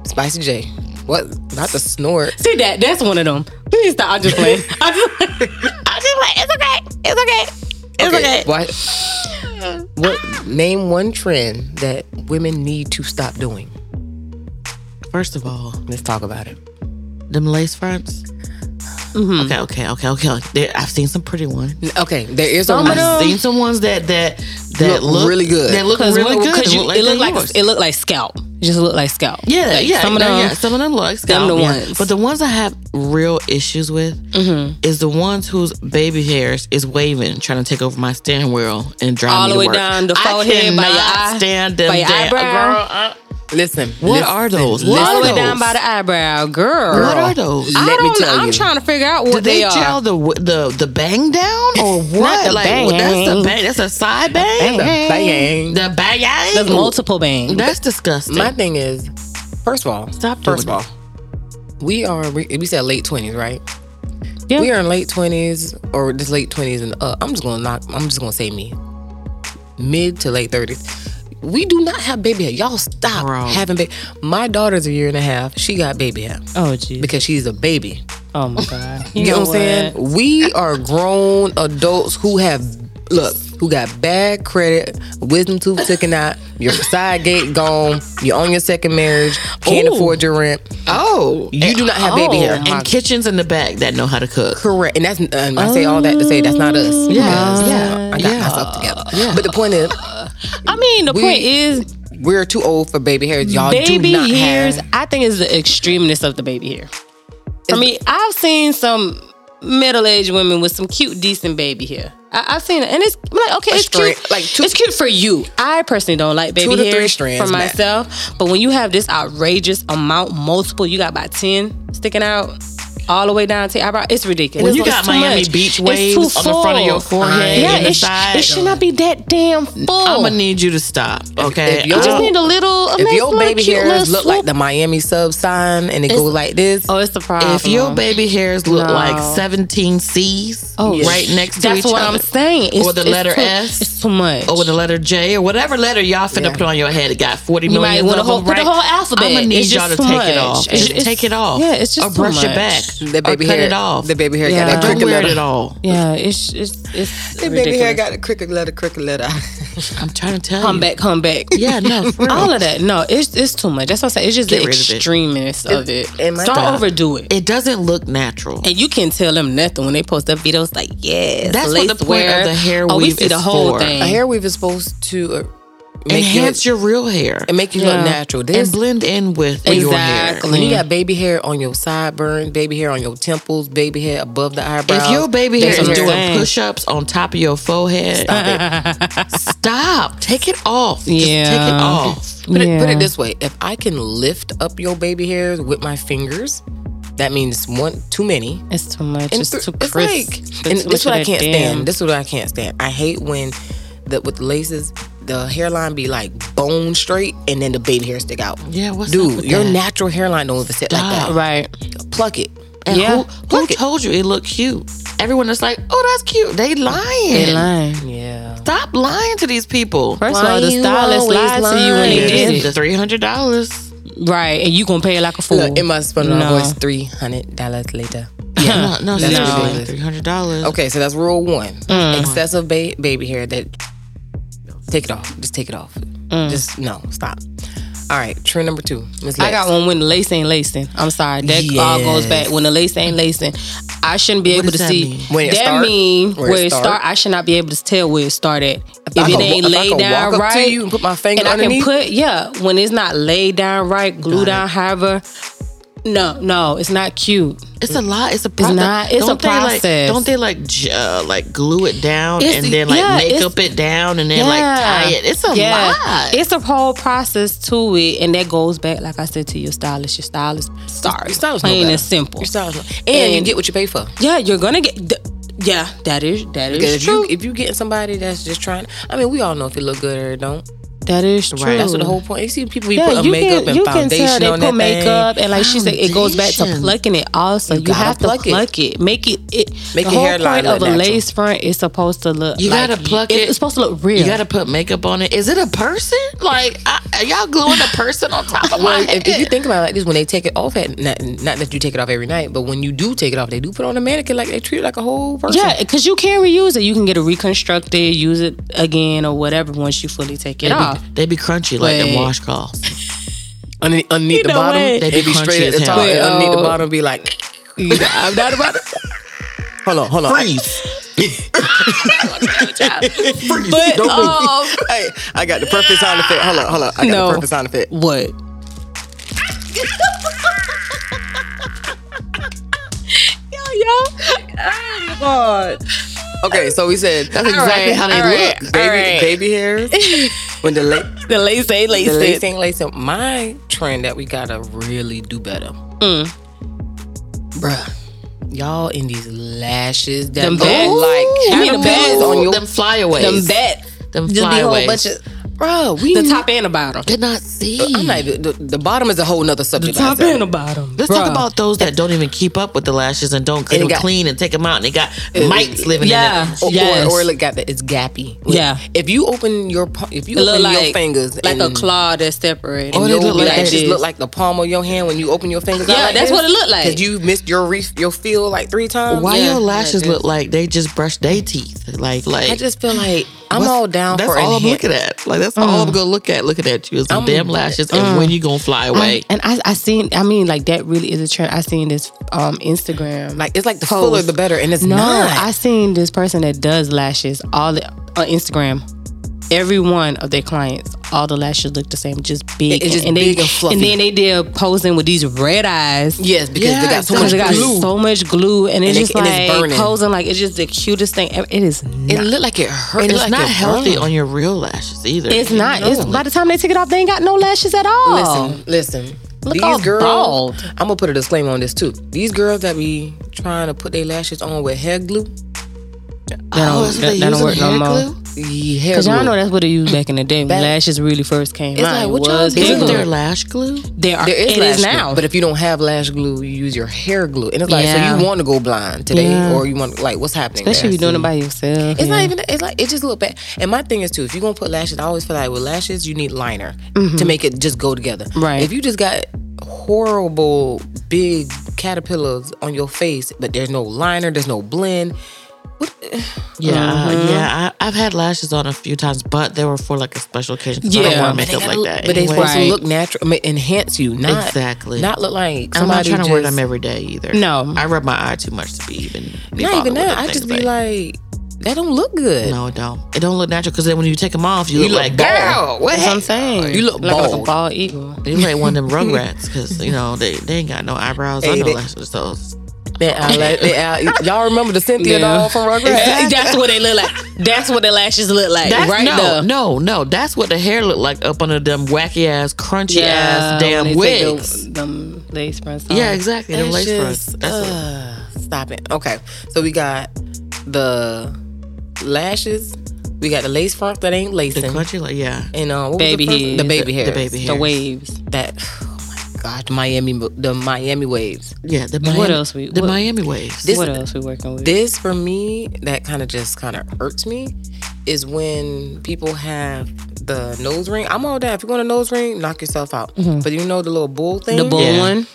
S1: Spicy J. What? Not the snort.
S2: See that? That's one of them. Please stop. I'll just play. I'll just play. I'll just play. It's okay. It's okay. It's okay.
S1: Why? What? Name one trend that women need to stop doing.
S3: First of all,
S1: Let's talk about it.
S3: them lace fronts. Okay, okay, okay, okay. There, I've seen some pretty ones.
S1: Okay, there is
S2: Some
S1: a
S2: of
S1: one.
S2: them-
S3: I've seen some ones that that that
S1: Look
S3: look,
S1: really good.
S3: That look
S2: Because
S3: really good.
S2: you, it looked like
S3: yours.
S2: it looked like scalp. It just looked like scalp.
S3: Yeah,
S2: Like,
S3: yeah.
S2: Some of
S3: yeah,
S2: them.
S3: yeah, some of them look.
S2: them the
S3: yeah.
S2: ones.
S3: But the ones I have real issues with
S2: Mm-hmm.
S3: is the ones whose baby hairs is waving, trying to take over my steering wheel and drive
S2: All
S3: me
S2: the
S3: to
S2: way
S3: work.
S2: down the
S3: I
S2: forehead by your
S3: cannot
S2: eye-
S3: stand them
S2: by your
S3: damn-
S2: eyebrow.
S3: Girl, I-
S1: Listen,
S3: What
S1: listen,
S3: are those?
S1: listen.
S3: What
S2: All the
S3: are
S2: way down
S3: those?
S2: by the eyebrow, girl.
S3: What are those?
S2: I
S1: Let me
S2: don't know.
S1: tell
S2: I'm
S1: you.
S2: trying to figure out what
S3: Did they,
S2: they, are.
S3: gel the w- the the bang down or what?
S2: the
S3: like
S2: bang.
S3: that's the bang. That's a side bang.
S1: That's a bang.
S3: The bang.
S2: There's multiple bangs.
S3: That's disgusting.
S1: My thing is, first of all,
S3: Stop doing
S1: First of all, we are we, we said late twenties, right?
S2: Yeah.
S1: We are in late twenties or just late twenties and up. I'm just gonna knock. I'm just gonna say me, mid to late thirties. We do not have baby hair. Y'all stop
S3: Bro.
S1: having baby. My daughter's a year and a half. She got baby hair
S2: oh jeez.
S1: because she's a baby.
S2: Oh my god.
S1: You, know, what I'm saying? We are grown adults who have look, who got bad credit, wisdom tooth sticking out, your side gate gone, you're on your second marriage, can't
S2: Ooh.
S1: afford your rent.
S3: oh,
S1: You do not have baby
S2: oh,
S1: hair.
S2: my
S1: And
S3: and kitchens in the back that know how to cook.
S1: correct. And that's and I say all that to say that's not us. because
S3: Oh, yeah,
S1: I got
S3: yeah.
S1: myself together. But the point is,
S2: I mean, the
S1: We-
S2: point is,
S1: we're too old for baby hairs. Y'all
S2: baby
S1: do not
S2: hairs.
S1: have.
S2: I think is the extremeness of the baby hair. I mean, I've seen some middle-aged women with some cute, decent baby hair. I, I've seen it, and it's I'm like okay, it's
S1: strand-
S2: cute.
S1: like two-
S2: it's cute for you. I personally don't like baby
S1: Two to
S2: hair
S1: three strands
S2: for
S1: max.
S2: myself, but when you have this outrageous amount, multiple, you got about ten sticking out. all the way down to your eyebrow. It's ridiculous.
S3: When you
S2: It's
S3: got
S2: too
S3: Miami
S2: much.
S3: Beach
S2: It's
S3: waves
S2: too
S3: on the front of your
S2: full.
S3: forehead
S2: Yeah,
S3: and the
S2: it, sh-
S3: side.
S2: it should not be that damn full.
S3: I'm gonna need you to stop. Okay, Uh,
S1: if your-
S2: you just
S1: Oh.
S2: need a little. A
S1: If
S2: nice
S1: your
S2: little
S1: baby
S2: cute
S1: hairs
S2: little
S1: look like
S2: swoop.
S1: the Miami sub sign and it go like this,
S2: Oh, it's the problem.
S3: if your baby hairs look
S2: No.
S3: like 17 C's
S2: Oh,
S3: right next to
S2: That's
S3: each
S2: what
S3: other,
S2: I'm saying. It's,
S3: Or the
S2: it's
S3: letter
S2: too-
S3: S.
S2: It's too much.
S3: or with the letter J, or whatever letter y'all finna
S1: Yeah.
S3: put on your head, it got 40
S2: You
S3: million.
S2: might want to
S3: of them,
S2: whole, put
S3: right?
S2: the whole alphabet.
S3: I'm gonna need
S2: It's
S3: y'all to
S2: just
S3: take
S2: too
S3: it
S2: much.
S3: off.
S2: It's-
S3: Just
S2: it's-
S3: take it off.
S2: Yeah, it's just
S3: or
S2: too
S3: brush it
S2: much.
S3: back.
S1: the baby
S3: or cut
S1: hair,
S3: it off.
S1: the baby hair
S2: Yeah.
S1: got that
S3: Don't
S1: cricket
S3: wear it
S1: letter.
S3: at all.
S2: Yeah, it's it's it's
S1: The baby hair got a cricket letter, cricket letter.
S3: I'm trying to tell you.
S2: come back, come back.
S3: Yeah, no. for real.
S2: All of that, no, it's it's too much. That's what I'm saying. It's just
S3: Get
S2: the
S3: rid of it.
S2: extremist of it.
S1: and my
S2: Don't
S1: thought-
S2: overdo it.
S3: It doesn't look natural.
S2: and you can tell them nothing when they post up videos like, yes,
S3: That's what the
S2: lace
S3: point
S2: wear.
S3: of the hair
S2: oh, we
S3: weave
S2: see the
S3: is
S2: whole
S3: for.
S2: thing.
S1: A hair weave is supposed to uh, make
S3: Enhance
S1: your,
S3: your real hair
S1: and make you
S2: Yeah.
S1: look natural. This
S3: and blend in with your hair.
S2: Exactly.
S1: when you got baby hair on your sideburn, baby hair on your temples, baby hair above the eyebrows.
S3: If your baby hair
S1: That's
S3: is
S1: what I'm
S3: doing
S2: saying.
S3: push ups on top of your forehead, stop. Take it off. Just take it
S2: Yeah.
S3: off.
S1: Put, it, put
S2: Yeah.
S1: it this way: if I can lift up your baby hairs with my fingers, that means one too many.
S2: it's too much.
S1: And
S2: It's
S1: th-
S2: too
S1: it's
S2: crisp.
S1: like,
S2: It's
S1: and
S2: too
S1: this
S2: much
S1: is what
S2: of
S1: I
S2: that
S1: can't
S2: damn-
S1: stand. This is what I can't stand. I hate when the with the laces, the hairline be like bone straight, and then the baby hair stick out.
S3: Yeah, what's up
S1: Dude,
S3: with
S1: your
S3: that?
S1: natural hairline don't even sit like
S2: right.
S1: that. Pluck it.
S3: And
S2: Yeah.
S3: who, who told you it looked cute? Everyone is like, oh, that's cute. They lying.
S2: They lying.
S1: Yeah.
S3: Stop lying to these people.
S2: First
S1: Why
S2: of all, the
S1: you
S2: stylist
S1: always
S2: lied to you when
S1: lying?
S2: they did
S3: It's
S2: it.
S3: the three hundred dollars.
S2: Right, and you gonna pay it like a fool.
S1: Look, it must have been
S2: No.
S1: my voice three hundred dollars later.
S3: Yeah, no, no,
S1: That's
S3: seriously,
S1: ridiculous.
S3: three hundred dollars.
S1: Okay, so that's rule one:
S2: Mm.
S1: excessive ba- baby hair. That take it off. Just take it off.
S2: Mm.
S1: Just no, stop. All right, trend number two. Ms.
S2: I got one when the lace ain't lacing. I'm sorry, that all goes
S1: Yes.
S2: back when the lace ain't lacing. I shouldn't be able
S3: does
S2: to
S3: that
S2: see.
S3: mean?
S1: When it
S2: that
S1: start?
S2: mean
S1: Where
S2: where,
S1: it
S2: it
S1: start?
S2: start? I should not be able to tell where it started. If,
S1: I
S2: it
S1: could
S2: ain't
S1: wa- if I
S2: laid
S1: could
S2: down
S1: walk up to
S2: right,
S1: you and put my finger
S2: and
S1: underneath?
S2: I can put yeah when it's not laid down right, glued down, however. No, no, it's not cute.
S3: It's a
S1: Mm.
S3: lot. It's a process.
S2: not- it's a
S3: don't they, like-
S2: process.
S3: don't they like j- uh, like glue it down
S2: It's-
S3: and then like
S2: yeah,
S3: make
S2: it's-
S3: up it down and then like tie it? It's a
S2: Yeah.
S3: lot.
S2: It's a whole process to it, and that goes back, like I said, to your stylist. Your stylist, sorry,
S1: Your stylist know
S2: plain
S1: better.
S2: and simple.
S1: Your style. And, you
S2: And-
S1: get what you pay for.
S2: Yeah, you're gonna get. th- yeah, that is that
S1: Because
S2: is
S1: if you
S2: true.
S1: if you getting somebody that's just trying, I mean, we all know if it look good or it don't.
S2: that is true.
S1: That's what the whole point. You see people be
S2: Yeah,
S1: putting
S2: you
S1: makeup
S2: can
S1: and
S2: you can
S1: foundation
S2: tell they
S1: on
S2: put
S1: that
S2: makeup
S1: thing.
S2: and like she said, it goes back to
S3: Foundation.
S2: plucking it. Also, you,
S1: gotta
S2: have to
S1: pluck
S2: pluck
S1: it.
S2: it. make it. it
S1: Make
S2: the
S1: your
S2: whole
S1: hairline look
S2: point of a
S1: natural.
S2: lace front is supposed to look.
S3: You
S2: like-
S3: gotta pluck it.
S2: It's supposed to look real.
S3: You got to put makeup on it. Is it a person? Like I, are y'all gluing a person on top of my
S1: Well,
S3: head?
S1: if, if you think about it like this, when they take it off, at, not, not that you take it off every night, but when you do take it off, they do put on a mannequin like they treat it like a whole person.
S2: yeah, because you can reuse it. You can get it reconstructed, use it again or whatever once you fully take it off.
S3: they be crunchy like them
S2: Wait.
S3: washcloths.
S1: underneath, underneath the
S2: Either
S1: bottom,
S2: way.
S1: they
S3: They
S1: be
S3: be
S1: straight
S3: crunchy
S1: at the
S3: as
S1: top,
S3: hell.
S1: and underneath the
S2: Wait, oh.
S1: bottom be like, I'm not about to. Hold on, hold on. Freeze. Freeze.
S2: But,
S1: Don't move.
S2: um,
S1: Oh. hey, I got the perfect sound effect. Hold on, hold on. I got
S2: No.
S1: the perfect sound effect.
S2: What? yo, yo. Oh, God.
S1: Okay, so we said that's
S3: exactly how they
S2: look.
S1: Baby,
S2: all right.
S1: baby hairs. when the late
S2: The lace ain't
S1: the lace
S2: laced.
S1: ain't lacing. My trend that we gotta really do better. Bruh. Y'all in these lashes that
S2: Them
S1: look
S2: bags.
S1: like
S2: You mean the bags
S1: animals on your
S3: them flyaways.
S2: Them bet.
S3: them
S1: just be a whole
S3: flyaways.
S1: bunch of bro. We
S2: The
S1: need-
S2: top and the bottom.
S3: Did not see.
S1: I'm not even, the, the bottom is a whole nother subject. by itself.
S2: the bottom.
S3: Let's talk about those that don't even keep up with the lashes and don't get
S1: And it
S3: them
S1: got-
S3: clean and take them out and they got mites living in
S2: Yeah.
S3: it.
S1: Or,
S2: Yes.
S1: or, or it got that it's gappy. Like,
S2: Yeah.
S1: If you open your pa- if you
S2: It look
S1: open your
S2: like
S1: fingers
S2: like
S1: and,
S2: a claw that's separated.
S3: Oh,
S1: and
S3: they
S1: your
S3: look like
S1: lashes
S2: this.
S1: look like the palm of your hand when you open your fingers.
S2: Yeah, that's what it look like.
S1: Because you missed your reef your feel like three times.
S3: Why
S2: Yeah,
S3: your lashes
S2: like
S3: look like they just brushed their teeth? Like, like
S1: I just feel like I'm
S3: what's-
S1: all down
S3: That's
S1: for
S3: all I'm
S1: enhan-
S3: looking at. Like that's all I'm gonna look at. Looking at you is the damn lashes and when you gonna fly away?
S2: and I, I seen. I mean, like that really is a trend. I seen this um Instagram.
S1: Like it's like the fuller
S2: Pose.
S1: the better, and it's
S2: No,
S1: not.
S2: I seen this person that does lashes all the- on Instagram. Every one of their clients, all the lashes look the same, just big.
S1: It's just
S2: and, they,
S1: big and fluffy.
S2: then they did posing with these red eyes.
S1: yes, because they got
S3: Yes,
S1: so
S2: Because
S1: much
S2: they got
S1: glue.
S2: so much glue, and
S1: And
S2: it's
S1: it-
S2: just
S1: and it's
S2: like
S1: burning.
S2: posing like it's just the cutest thing. ever. It is.
S1: it
S2: Not,
S1: looked like it hurt.
S3: and
S1: It
S3: it's
S1: looked like
S3: not
S1: it
S3: healthy
S1: burned.
S3: on your real lashes either.
S2: it's not. It's
S1: No.
S2: by the time they take it off, they ain't got no lashes at all.
S1: Listen, listen.
S2: Look all bald.
S1: I'm gonna put a disclaimer on this too. These girls that be trying to put their lashes on with hair glue,
S3: oh, so they
S2: that- that
S3: using
S2: don't work no
S3: hair
S2: more.
S3: glue?
S1: yeah, hair
S2: Cause
S1: glue.
S2: y'all know that's what they used back in the day when
S1: Back-
S2: lashes really first came
S3: It's
S2: out.
S3: like
S2: It
S3: what y'all
S2: was
S3: do? Isn't
S2: glue.
S3: there lash glue?
S2: There are.
S1: there is
S2: it
S1: lash
S2: is
S1: glue,
S2: now.
S1: but if you don't have lash glue, you use your hair glue, and it's like
S2: Yeah.
S1: so you want to go blind today,
S2: Yeah.
S1: or you want like what's happening?
S2: especially if
S1: there?
S2: you're doing it by yourself.
S1: It's
S2: yeah.
S1: not even. It's like it just look bad. And my thing is too. If you're gonna put lashes, I always feel like with lashes you need liner to make it just go together.
S2: Mm-hmm. Right.
S1: If you just got horrible big caterpillars on your face, but there's no liner, there's no blend.
S3: Yeah, yeah. Mm-hmm. I, I've had lashes on a few times, but they were for like a special occasion. 'cause I
S2: Yeah.
S3: don't wear
S2: But
S1: But they
S3: makeup
S1: gotta
S3: like
S1: look-
S3: that.
S1: But they
S3: anyway.
S1: supposed
S2: Right.
S1: to look natural, I mean, enhance you, not
S3: Exactly.
S1: not look like
S3: I'm not
S1: somebody
S3: trying to wear
S1: just-
S3: them every day either.
S2: No.
S3: I rub my eye too much to be even. be
S1: Not
S3: bothered
S1: even
S3: with
S1: that.
S3: the
S1: I
S3: things,
S1: just be like, that don't look good.
S3: no, it don't. It don't look natural because then when you take them off, you,
S1: You
S3: look,
S1: look
S3: like girl.
S1: bald. What
S2: That's what I'm
S1: heck?
S2: saying.
S1: You look
S2: like, like a
S1: bald.
S2: bald eagle.
S3: You look like one of them rugrats because you know they, they ain't got no eyebrows or
S1: Hey,
S3: no
S1: they-
S3: lashes. So
S1: That outlet- that out- y'all remember the Cynthia
S2: Yeah.
S1: doll from Rugrats?
S2: Exactly. That's what they look like. That's what the lashes look like.
S3: that's
S2: right
S3: no,
S2: there.
S3: no, no. That's what the hair looked like up under them wacky ass, crunchy ass damn
S2: when they take
S3: wigs.
S2: the- Them lace fronts.
S3: yeah,
S2: off.
S3: exactly. Them
S1: It's
S3: lace fronts.
S1: uh, just,
S3: That's what.
S1: uh, Stop it. Okay, so we got the lashes. We got the lace front that ain't
S3: The
S1: lacing.
S3: crunchy, like yeah.
S1: and uh, what
S2: Baby
S1: was the,
S2: hairs.
S1: first? the baby hair.
S3: The baby hair.
S2: The waves.
S1: That. Oh my God, Miami, the Miami waves.
S3: Yeah, the Miami,
S2: else we-
S3: the
S2: what-
S3: Miami waves.
S1: This-
S2: what else we working with?
S1: This for me, that kind of just kind of irks me, is when people have the nose ring. I'm all down. If you want a nose ring, knock yourself out. But you know the little bull thing.
S2: Mm-hmm. the bull
S3: Yeah.
S2: one.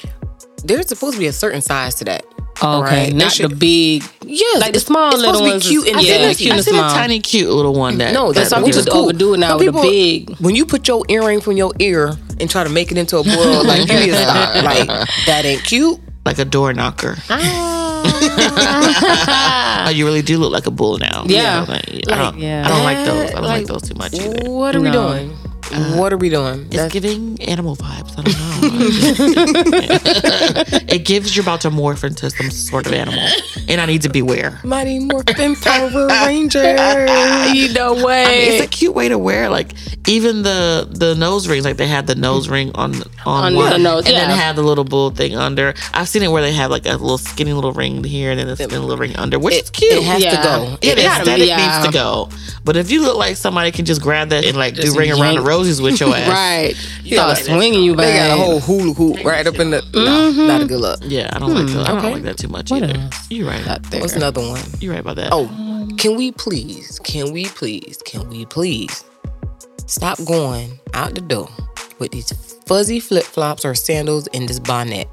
S1: There's supposed to be a certain size to that.
S2: Oh, Okay,
S1: Right. They
S2: not the
S1: should-
S2: big.
S1: Yes,
S2: Like the small
S1: it's
S2: little
S1: supposed
S2: ones.
S1: To be cute and
S2: I
S1: thin.
S2: Yeah,
S3: I
S2: cute
S3: seen, a, I
S2: and
S3: seen a
S2: small.
S3: tiny, cute little one that.
S1: No,
S3: that
S1: that's some
S2: Some
S3: was
S1: people
S2: people
S1: just
S3: cool.
S2: overdo it now
S1: Some
S2: with
S1: people-
S2: the big.
S1: when you put your earring from your ear and try to make it into a boil, like you is not, like that ain't cute.
S3: like a door knocker. oh, you really do look like a bull now.
S2: Yeah.
S3: You know, like, I don't,
S2: yeah.
S3: I don't like those. I don't
S1: Like-
S3: like those too much either.
S1: What are we
S2: No. Uh,
S1: doing? what are we doing?
S3: It's
S1: That's-
S3: giving animal vibes. I don't know. it gives you're about to morph into some sort of animal, and I need to beware.
S1: Mighty Morphin Power Ranger.
S2: You know what?
S3: It's a cute way to wear. Like even the the nose rings, like they had the nose ring on on
S2: On
S3: one,
S2: the nose,
S3: and
S2: yeah.
S3: then had the little bull thing under. I've seen it where they have like a little skinny little ring here and then a skinny little ring under, which is cute.
S1: It has
S2: Yeah.
S1: to go.
S3: Yeah, the
S2: gotta be,
S3: aesthetic
S2: yeah.
S3: needs to go. But if you look like somebody can just grab that and like do ring around the
S2: yank.
S3: roses with your ass,
S2: right.
S1: Yeah,
S2: You start
S1: that's
S2: swinging you back.
S1: They got a whole hula hoop right up in the. No,
S2: Mm-hmm.
S1: not a good look.
S3: Yeah, I don't like that. I
S1: okay.
S3: don't like that too much either. You're right.
S2: there.
S1: What's another one?
S3: You're right about that.
S1: Oh, can we please? Can we please? Can we please stop going out the door with these fuzzy flip flops or sandals and this bonnet?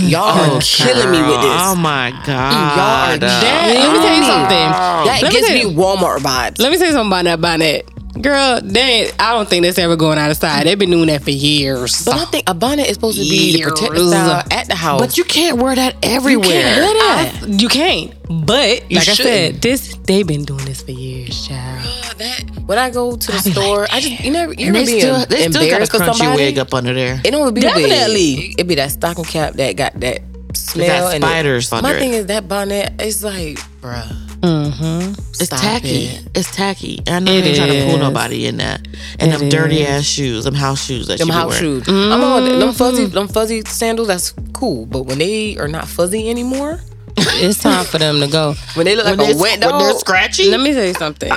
S1: Y'all are killing me with
S3: Girl, Oh
S1: this.
S3: my
S1: Y'all are
S3: god.
S1: that.
S2: Let me tell you something.
S1: That
S2: Let me
S1: gives
S2: tell you-
S1: me Walmart vibes.
S2: Let me say something about that bonnet. Girl, they ain't- I don't think that's ever going out of style. They've been doing that for years.
S1: but I think a bonnet is supposed to be the protective
S2: Years.
S1: style at the house.
S3: But you can't wear that everywhere.
S2: I- you can't. But like I said,
S1: shouldn't.
S2: this they've been doing this for years, child.
S1: Uh, that, when I go to the store, I just you never you ever
S3: they
S1: be
S3: still,
S1: em-
S3: they still got a
S1: embarrassed for
S3: crunchy
S1: somebody.
S3: wig up under there.
S1: It don't be
S2: Definitely.
S1: a wig. It be that stocking cap that got that smell and it-
S3: spiders under
S1: my
S3: it.
S1: thing is that bonnet. It's like, bruh,
S3: It's
S1: stop
S3: tacky.
S1: it.
S3: It's tacky. And I know you ain't trying to
S2: is.
S3: pull nobody in that. And them dirty ass shoes, them house shoes that
S1: Them
S3: you be
S1: house
S3: wearing.
S1: shoes. I'm on it. them fuzzy, them fuzzy sandals. That's cool, but when they are not fuzzy anymore,
S2: It's time for them to go.
S1: when they look like
S3: Oh, When
S1: a
S3: they-
S1: wet
S3: when they're
S1: dog,
S3: scratchy.
S2: Let me tell you something.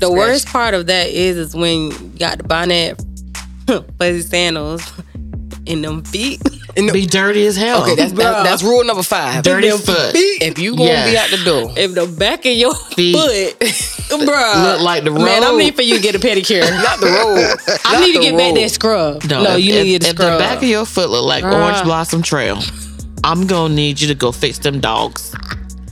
S2: the worst part of that is is when you got the bonnet, fuzzy sandals, and them feet.
S3: be dirty as hell.
S1: okay, that's, that's that's rule number five.
S3: dirty
S1: Them
S3: foot.
S1: feet, If you gonna be out
S3: Yes.
S1: the door,
S2: If the back of your
S3: Feet.
S2: foot, bruh,
S3: Look like the
S2: Man, I
S3: road.
S2: need for you to get a pedicure.
S1: not the road.
S2: I
S1: Not
S2: need to
S1: the
S2: get back
S1: road.
S2: that scrub. No,
S3: if-
S2: you
S3: if,
S2: need to get the
S3: if the
S2: scrub.
S3: back of your foot look like Orange Blossom Trail, I'm gonna need you to go fix them dogs.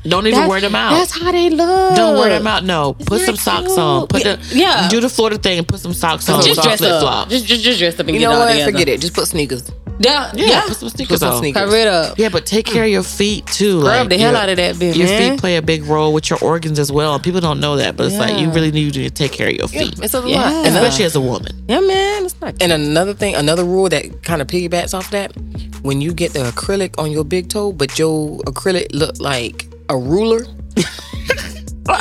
S3: Don't even
S2: That's-
S3: wear them out.
S2: That's how they look.
S3: Don't wear them out. No, put
S2: not
S3: some socks
S2: cute.
S3: on. Put the
S2: Yeah.
S3: Do the Florida thing and put some socks on.
S2: Just dress
S3: flip
S2: up.
S3: flops.
S2: Just, just, just dress up and
S1: You
S2: get
S1: know
S2: all
S1: what?
S2: together.
S1: Forget it. Just put sneakers.
S2: Yeah,
S3: Yeah,
S2: yeah.
S3: put some
S1: Put
S3: sneakers
S1: some
S3: on.
S1: sneakers.
S2: Cover it up.
S3: Yeah, but take care of your feet too.
S2: Rub the hell
S3: your-
S2: out of that bitch,
S3: Your
S2: man.
S3: feet play a big role with your organs as well. People don't know that, but it's like you really need to take care of your feet,
S1: It's a lot.
S2: Yeah.
S1: And
S3: especially as a woman.
S2: Yeah, man. It's not.
S1: And another thing, another rule that kind of piggybacks off that, when you get the acrylic on your big toe, but your acrylic look like a ruler,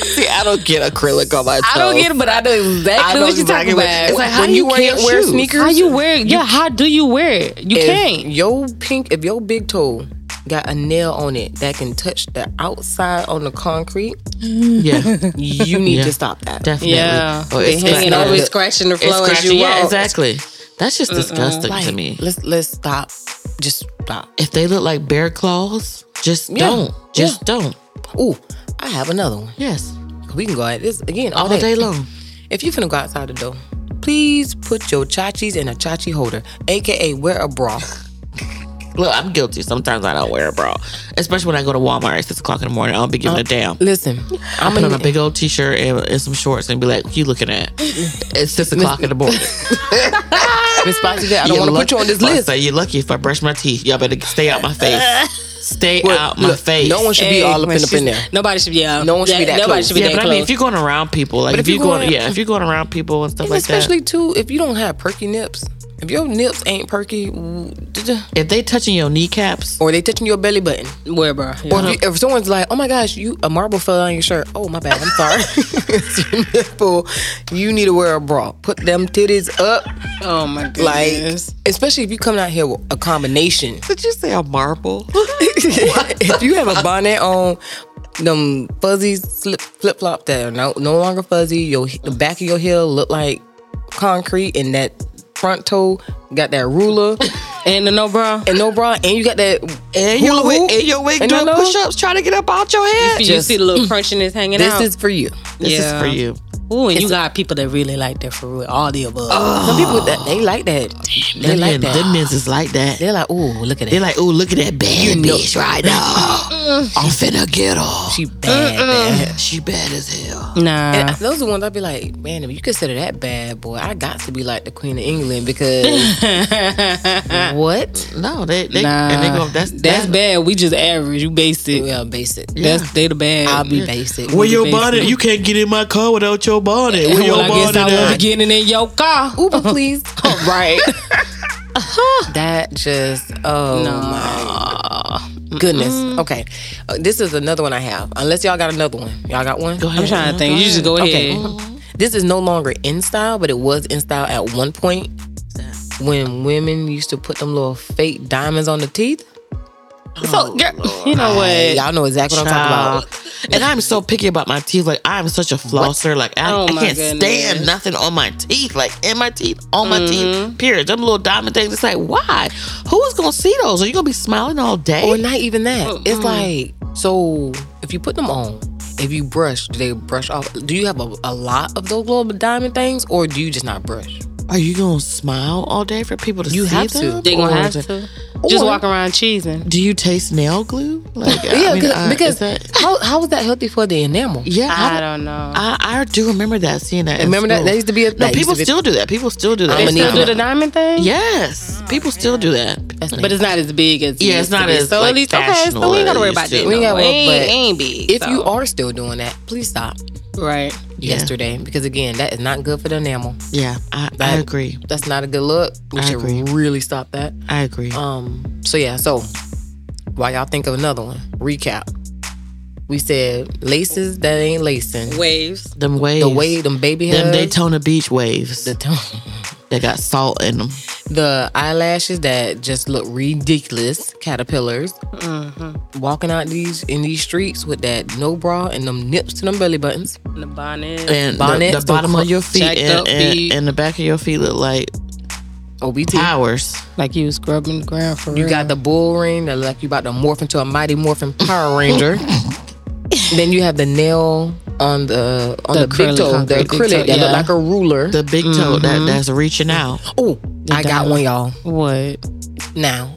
S1: See, I don't get acrylic on my toes.
S2: I don't get it, but I know
S1: I
S2: exactly
S1: know
S2: what you're
S1: exactly
S2: talking
S1: what-
S2: about.
S1: It's like, how When do you you wear your can't wear shoes? sneakers?
S2: How you wear? Yeah, how do you wear it? You
S1: If
S2: can't.
S1: your pink, if your big toe got a nail on it that can touch the outside on the concrete,
S3: Yeah,
S1: you need
S3: Yeah.
S1: to stop that.
S3: definitely.
S2: Yeah,
S3: Oh,
S2: they
S3: it's
S2: hanging
S3: like-
S2: always
S3: it's
S2: scratching the floor as
S3: scratchy.
S2: you
S3: Yeah,
S2: walk.
S3: exactly. That's just disgusting to
S1: Like,
S3: me.
S1: Let's let's stop. Just stop.
S3: If they look like bear claws, just
S1: Yeah.
S3: don't. Just don't.
S1: Ooh, I have another one.
S3: Yes,
S1: We can go at this again all,
S3: all day long.
S1: If you finna go outside the door, please put your chachis in a chachi holder, aka wear a bra.
S3: Look, I'm guilty. Sometimes I don't wear a bra, especially when I go to Walmart at six o'clock in the morning. I'll be
S2: Uh.
S3: giving a damn.
S1: Listen,
S3: I'm
S1: I'm
S3: put on
S1: gonna
S3: a big old t-shirt and, and some shorts and be like, "What you looking at?" It's six o'clock in the morning.
S1: responsibility. I don't
S3: You're
S1: want to put
S3: lucky-
S1: you on this
S3: I
S1: list.
S3: Say you're lucky if I brush my teeth. Y'all better stay out my face. Stay out my
S1: Look,
S3: face.
S1: No one should be
S2: Hey,
S1: all up
S2: when
S1: in, up
S2: she's-
S1: in there.
S2: Nobody should. Yeah,
S1: No one should be that
S2: Nobody
S1: close.
S2: should be
S3: Yeah,
S2: that
S3: but I
S2: close.
S3: mean, if you're going around people, like
S1: But
S3: if,
S1: if
S3: you're
S1: you
S3: going,
S1: going-
S3: yeah, if you're going around people and stuff
S1: And
S3: like
S1: especially too, if you don't have perky nips, if your nips ain't perky, w-
S3: that, if they touching your kneecaps,
S1: or they touching your belly button,
S2: Where, bro?
S1: or if, you, if someone's like, "Oh my gosh, you a marble fell on your shirt." Oh my bad, I'm sorry. it's your nipple. You need to wear a bra. Put them titties up,
S2: Oh my goodness.
S1: like especially if you coming out here with a combination.
S3: did you say a marble?
S1: if you have a bonnet on, them fuzzy slip flip flop that are no, no longer fuzzy, your the back of your heel look like concrete, and that front toe got that ruler
S2: and the no bra.
S1: and no bra, and you got that hula
S3: And your wig,
S1: hoop
S3: and your wig
S1: and
S3: doing
S1: no nose?
S3: push-ups, trying to get up out your head.
S2: You
S1: just-
S2: see the little crunchiness hanging
S1: This
S2: out.
S1: is for you.
S3: This
S2: Yeah.
S3: is for you.
S2: Ooh, and you got people that really like that for real. All the above.
S1: Some people that they like that. They
S3: Them
S1: like
S3: men-
S1: that.
S3: Them men's is like that.
S1: They're like, ooh, look at
S3: They're
S1: that.
S3: like, oh, look at that bad
S1: know-
S3: bitch right now. I'm finna get her.
S1: She bad. bad.
S3: She bad as hell.
S2: Nah.
S1: And those are the ones I'd be like, man, if you consider that bad boy, I got to be like the Queen of England because what?
S3: No, they, they
S2: Nah.
S3: and they go. That's
S2: That's bad. We just average. You basic.
S1: Well, basic.
S2: That's they the bad.
S1: I'll be basic.
S3: Where your
S2: Basically.
S3: bonnet? You can't get in my car without your bonnet. Where your
S2: well, I guess
S3: bonnet
S2: I
S3: at?
S2: won't be getting in your car.
S1: Uber, please.
S2: right.
S1: that just, oh my goodness. Okay, Uh, this is another one I have. Unless y'all got another one, y'all got one.
S2: I'm trying to think. You just go
S1: Okay.
S2: ahead.
S1: This is no longer in style, but it was in style at one point when women used to put them little fake diamonds on the teeth.
S2: So, girl, you know what?
S1: Y'all know exactly what I'm talking about.
S3: And I'm so picky about my teeth. Like I'm such a flosser. Like I,
S2: Oh
S3: I
S2: my
S3: can't
S2: goodness.
S3: stand nothing on my teeth. Like in my teeth, on my teeth. Period. Them little diamond things. It's like why? Who's gonna see those? Are you gonna be smiling all day?
S1: Or not even that. It's like, so if you put them on, if you brush, do they brush off? Do you have a, a lot of those little diamond things or do you just not brush?
S3: Are you gonna smile all day for people to
S1: You
S3: see
S1: have to.
S3: them?
S2: They gonna
S3: Or is
S2: have
S3: it-
S2: to. Just walk around cheesing.
S3: Do you taste nail glue? Like I
S1: yeah,
S3: mean,
S1: 'cause-
S3: uh, is
S1: because
S3: that-
S1: how, how is that healthy for the enamel?
S3: yeah,
S2: I don't know.
S3: I, I do remember that seeing that. in
S1: Remember that?
S3: school.
S1: That used to be a- that
S3: no.
S1: used
S3: People
S1: to be-
S3: still do that. People still do
S1: I'm
S3: that.
S2: They
S1: gonna
S2: still
S1: need
S2: do
S1: one.
S2: the diamond thing?
S3: Yes, people still do that.
S2: But it's not as big as it
S3: Yeah, it's
S2: used to
S3: not
S2: be.
S3: as,
S2: so
S3: like,
S2: at least okay. So we ain't
S3: fashionable
S2: gotta worry
S3: as it
S2: about
S3: used
S2: that.
S3: to.
S2: We
S1: We ain't gotta
S2: ain't,
S1: worry, but
S2: it ain't big.
S1: If you
S2: so.
S1: are still doing that, please stop
S2: right,
S3: Yeah.
S1: yesterday because again, that is not good for the enamel.
S3: Yeah, I, I
S1: That-
S3: agree.
S1: That's not a good look. We
S3: I
S1: should
S3: agree.
S1: really stop that.
S3: I agree.
S1: Um. So yeah. So while y'all think of another one, recap. We said laces that ain't lacing.
S2: waves.
S3: them waves.
S1: The way them baby
S3: them
S1: hairs.
S3: Daytona Beach waves.
S1: the,
S3: They
S1: tone-
S3: got salt in them.
S1: the eyelashes that just look ridiculous. Caterpillars.
S2: Mm-hmm.
S1: Walking out these in these streets with that no bra and them nips to them belly buttons.
S2: The bonnet.
S3: And the-
S1: Bonnets,
S3: the,
S1: the
S3: bottom
S1: cr-
S3: of your feet
S2: jacked
S3: and,
S2: up
S3: and,
S2: feet.
S3: and the back of your feet look like
S1: OBT.
S3: towers.
S2: like you was scrubbing the ground for
S1: You got the bull ring that look like you about to morph into a mighty morphin Power Ranger. then you have the nail on the on
S2: The
S1: the, big
S2: acrylic,
S1: toe, the
S2: concrete big
S1: acrylic
S2: toe,
S1: that look
S2: yeah.
S1: like a ruler.
S3: The big toe
S1: Mm-hmm.
S3: that, that's reaching out.
S1: oh, I got one, y'all.
S2: what?
S1: Now,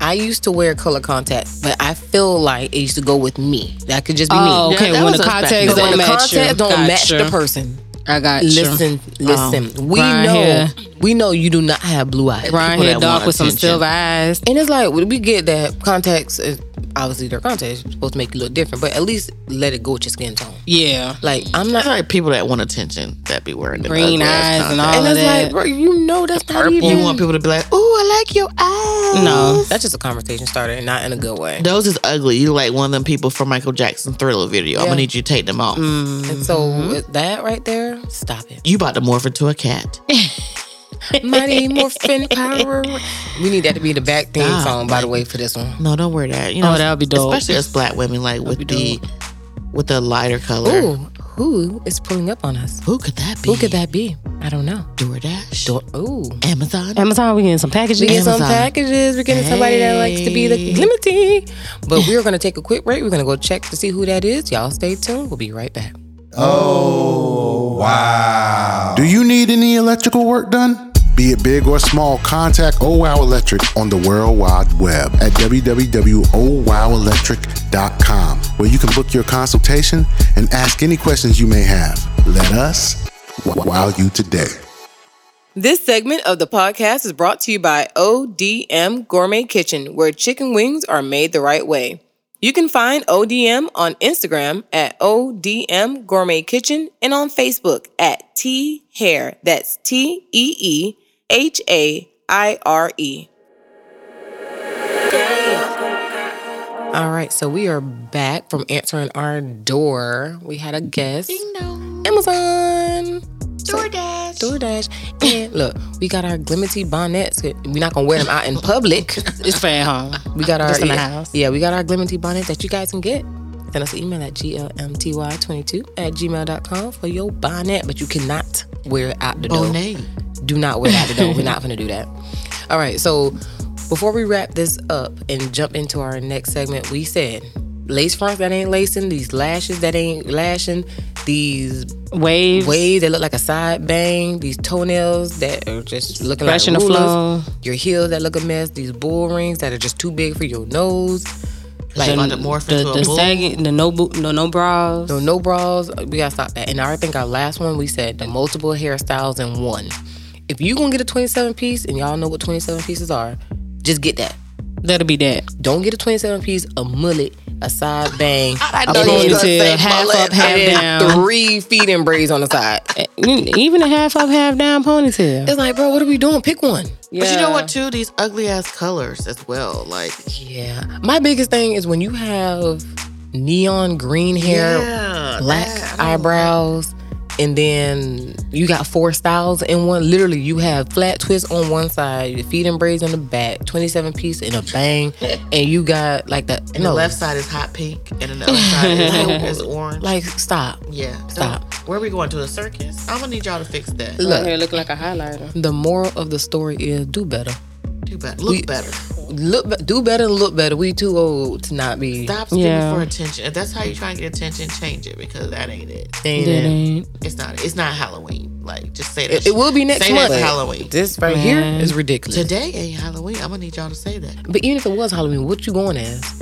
S1: I used to wear color contacts, but I feel like it used to go with me. That could just be
S2: Oh,
S1: me.
S2: okay.
S3: that
S2: when
S3: was
S2: the
S3: a
S2: contacts
S3: spectacle.
S1: But
S2: don't
S1: when the
S2: match, you.
S1: contacts don't
S2: Got
S1: match
S2: you.
S1: the person,
S2: I got you.
S1: listen, listen.
S3: Oh,
S1: we
S2: Brown
S1: know,
S2: hair.
S1: we know you do not have blue eyes.
S2: Brown
S3: people
S2: hair
S3: that
S2: dog
S3: want
S2: with some
S3: attention.
S2: silver eyes.
S1: And it's like we get that contacts. uh, obviously their contest is supposed to make you look different, but at least let it go with your skin tone.
S2: Yeah.
S1: Like I'm
S3: It's
S1: not,
S3: like people that want attention that be wearing the
S2: Green
S3: ugly ass
S2: eyes and
S3: contacts.
S2: all
S1: and
S2: of
S1: it's like,
S2: that.
S1: bro, you know that's not even.
S3: You want people to be like, "Ooh, I like your eyes."
S2: no.
S1: That's just a conversation starter, and not in a good way.
S3: Those is ugly. You like one of them people from Michael Jackson Thriller video.
S1: Yeah. Mm.
S3: I'm gonna need you to take them off.
S1: And so
S3: Mm-hmm.
S1: with that right there, stop it.
S3: You about to morph into a cat.
S1: Mighty Morphin Power. We need that to be the back theme
S3: Stop.
S1: song, by the way, for this one.
S3: Ah. No, don't wear that. You know,
S2: Oh, that would be dope.
S3: Especially us black women, like with the with the lighter color.
S1: Ooh, who is pulling up on us?
S3: Who could that be?
S1: Who could that be? I don't know.
S3: DoorDash,
S1: Door- Ooh.
S3: Amazon.
S2: Amazon, we getting some packages.
S1: We get some
S3: Amazon.
S1: packages. We're getting somebody that likes to be the
S3: Hey.
S1: glimity. But we're going to take a quick break. We're going to go check to see who that is. Y'all stay tuned. We'll be right back.
S5: Do you need any electrical work done? Be it big or small, contact OWOW Electric on the World Wide Web at www.owowelectric.com, where you can book your consultation and ask any questions you may have. Let us wow you today.
S1: This segment of the podcast is brought to you by ODM Gourmet Kitchen, where chicken wings are made the right way. You can find ODM on Instagram at ODM Gourmet Kitchen and on Facebook at T Hair. That's T E E H A I R E. All right, so we are back from answering our door. We had a guest. Amazon. DoorDash. DoorDash. And look, we got our glimity bonnets. We're not gonna wear them out in public.
S2: It's for at home.
S1: We got our
S2: Just in the
S1: yeah,
S2: house.
S1: Yeah, we got our glimity bonnets that you guys can get. Send us an email at glmty22 at gmail.com for your bonnet, but you cannot wear it out the door.
S3: Bonet.
S1: Do not wear it out the door. We're not gonna do that. All right, so before we wrap this up and jump into our next segment, we said lace fronts that ain't lacing, these lashes that ain't lashing, these
S2: Waves.
S1: waves that look like a side bang, these toenails that are just looking
S2: Brushing
S1: like
S2: the
S1: rulers,
S2: flow.
S1: your heels that look a mess, these bull rings that are just too big for your nose, like
S3: about to morph
S2: The,
S3: into a
S2: the
S3: bull.
S2: sagging, the no boot, no no bras.
S1: no, no bras. We gotta stop that. And I think our last one we said the multiple hairstyles in one. If you gonna get a 27 piece, and y'all know what 27 pieces are, just get that.
S2: That'll be that.
S1: Don't get a 27 piece, a mullet, a side bang,
S3: I
S2: know
S1: and
S2: you
S1: then-
S2: was gonna say half
S1: mullet,
S2: up, half
S1: and then
S2: down.
S1: three feet and braids on the side.
S2: Even a half up, half down ponytail.
S1: It's like, bro, what are we doing? Pick one.
S3: But you know what? Too these ugly ass colors as well. Like
S1: Yeah. My biggest thing is when you have neon green hair,
S3: Yeah,
S1: black
S3: that-
S1: eyebrows, and then you got four styles in one. Literally, you have flat twists on one side, your feet and braids on the back, 27 piece in a bang, and you got like the
S3: and
S1: no,
S3: the left side is hot pink, and then the other side is, is orange.
S1: like stop.
S3: yeah,
S1: stop.
S3: So, where are we going to a circus? I'm gonna need y'all to fix that.
S1: Look.
S2: Her look like a highlighter.
S1: The moral of the story is do better.
S3: Do better. Look better.
S1: Look be- do better and look better. We too old to not be.
S3: Stop screaming
S2: Yeah.
S3: for attention. If that's how you try to get attention, change it because that ain't it.
S1: Dang
S2: That
S1: it.
S2: ain't.
S3: It's not. It's not Halloween. Like just say that.
S1: It, it will be next
S3: Say
S1: month.
S3: that's Halloween.
S1: This right here
S2: Man.
S1: is ridiculous.
S3: Today ain't Halloween. I'm gonna need y'all to say that.
S1: But even if it was Halloween, what you going as?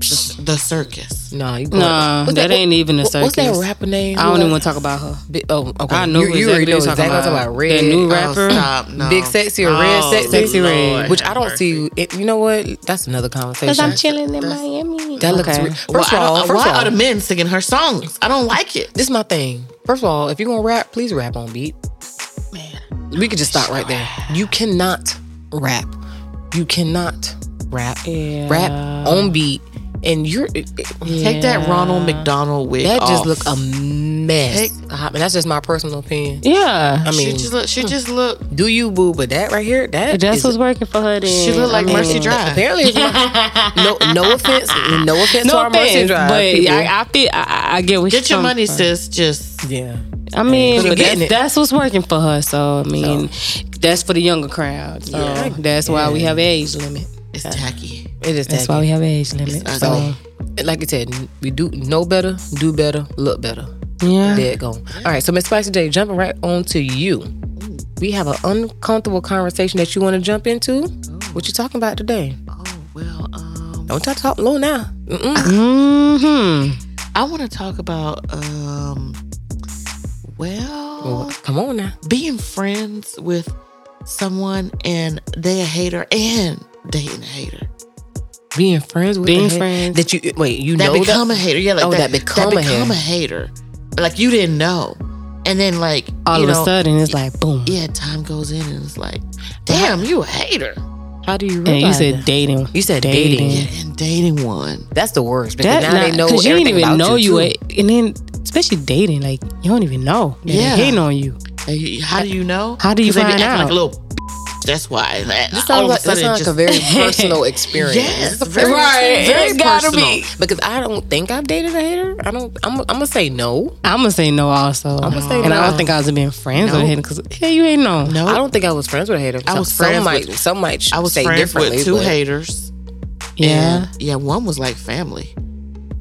S3: The, the circus.
S1: Nah, you going
S2: Nah,
S1: what's
S2: that, ain't even a
S1: what-
S2: circus.
S1: What's that rapper name?
S2: I don't even
S1: Who
S2: want to talk about her.
S1: that- Bi- Oh, okay.
S2: I know
S1: you, you already know
S2: exactly what
S1: exactly what I'm
S2: you're talking
S1: talking
S2: about.
S1: about. Red,
S2: That new
S1: uh,
S2: Rapper?
S3: Oh, stop. No.
S1: big sexy or red
S3: Oh,
S1: sexy,
S2: Sexy red.
S3: Lord
S1: which
S3: have
S1: I don't
S3: mercy.
S1: see. It, you know what? That's another conversation.
S2: chilling in Miami.
S1: that looks. Re-
S3: Well,
S1: first
S3: I
S1: of all,
S3: don't-
S1: first
S3: why
S1: of all,
S3: are the men singing her songs? I don't like it.
S1: this is my thing. First of all, if you're gonna rap, please rap on beat. Man, we could just stop right there. You cannot rap. You cannot rap.
S2: Yeah.
S1: Rap on beat, and you're.
S3: Take that Ronald McDonald wig.
S1: That just
S3: off.
S1: look a mess.
S3: Heck.
S1: I mean, that's just my personal opinion.
S2: Yeah.
S1: I
S3: She
S1: mean,
S3: just look. She just look.
S1: do you boo? But that right here, that
S2: That's
S1: is-
S2: what's working for her then.
S3: She look
S2: I
S3: like
S2: mean-
S3: Mercy Drive.
S1: apparently it's my- no no offense, no offense to
S2: No
S1: our Mercy
S2: offense,
S1: Drive
S2: but
S1: people.
S2: I, I feel I- I, I get what
S3: Get
S2: you're
S3: your
S2: coming
S3: money,
S2: from.
S3: sis. Just
S1: yeah,
S2: I mean,
S1: But you're
S2: but
S1: getting it.
S2: that's, that's what's working for her. So I mean, that's for the younger crowd. So
S1: Yeah.
S2: that's why we have an age limit.
S3: it's tacky.
S1: it is
S2: That's
S1: tacky.
S2: why we have an age limit.
S3: It's
S2: So
S3: ugly.
S1: Like I said, we do know better, do better, look better.
S2: yeah,
S1: There it go. All right, so Miss Spicy J, jumping right on to you. We have an uncomfortable conversation that you want to jump into. What you talking about today?
S3: Oh well. Um.
S1: Don't talk, talk low now. Mm-mm.
S2: mm-hmm.
S3: I want to talk about um well,
S1: Well, come on now.
S3: being friends with someone and they a hater and dating a hater.
S1: being friends with
S2: Being
S1: the heck-
S2: friends.
S1: that you wait you
S3: that
S1: know
S3: become
S1: that,
S3: a hater. Yeah, like
S1: oh, that become a
S3: become a hater. Like you didn't know, and then like
S2: All
S3: you
S2: of
S3: know,
S2: a sudden, it's like boom.
S3: yeah, time goes in and it's like, damn, you a hater.
S1: how do you
S2: And you
S1: realize
S2: said
S1: that?
S2: dating.
S1: You said dating.
S3: Yeah, and dating one.
S1: that's the worst because
S2: That
S1: now
S2: not,
S1: they know
S2: because you didn't
S1: everything
S2: even
S1: about
S2: know you,
S1: too.
S2: at- and then especially dating, like you don't even know. They're
S3: Yeah.
S2: hating on you.
S3: Hey, How do you know?
S2: How do you
S3: 'Cause they be
S2: find
S3: acting
S2: out?
S3: Like a little. That's why. Like,
S1: That
S3: all
S1: sounds
S3: of
S1: like, that
S3: a sudden, it
S1: sounds
S3: just,
S1: like a very personal experience.
S3: Yes,
S1: It's a very,
S2: right.
S1: very
S2: It's gotta
S1: personal.
S2: be.
S1: because I don't think I've dated a hater. I don't. I'm. I'm gonna say no.
S2: I'm gonna say no also. I'm
S1: I'ma say
S2: and I
S1: no.
S2: don't think I was being friends
S3: No.
S2: with him because hey, you ain't know.
S3: no,
S1: I don't think I was friends with a hater.
S3: I was
S1: some,
S3: friends
S1: some might.
S3: with-
S1: some might.
S3: I was
S1: say
S3: friends
S1: differently,
S3: with two
S1: but
S3: haters.
S2: Yeah.
S3: and, yeah. One was like family.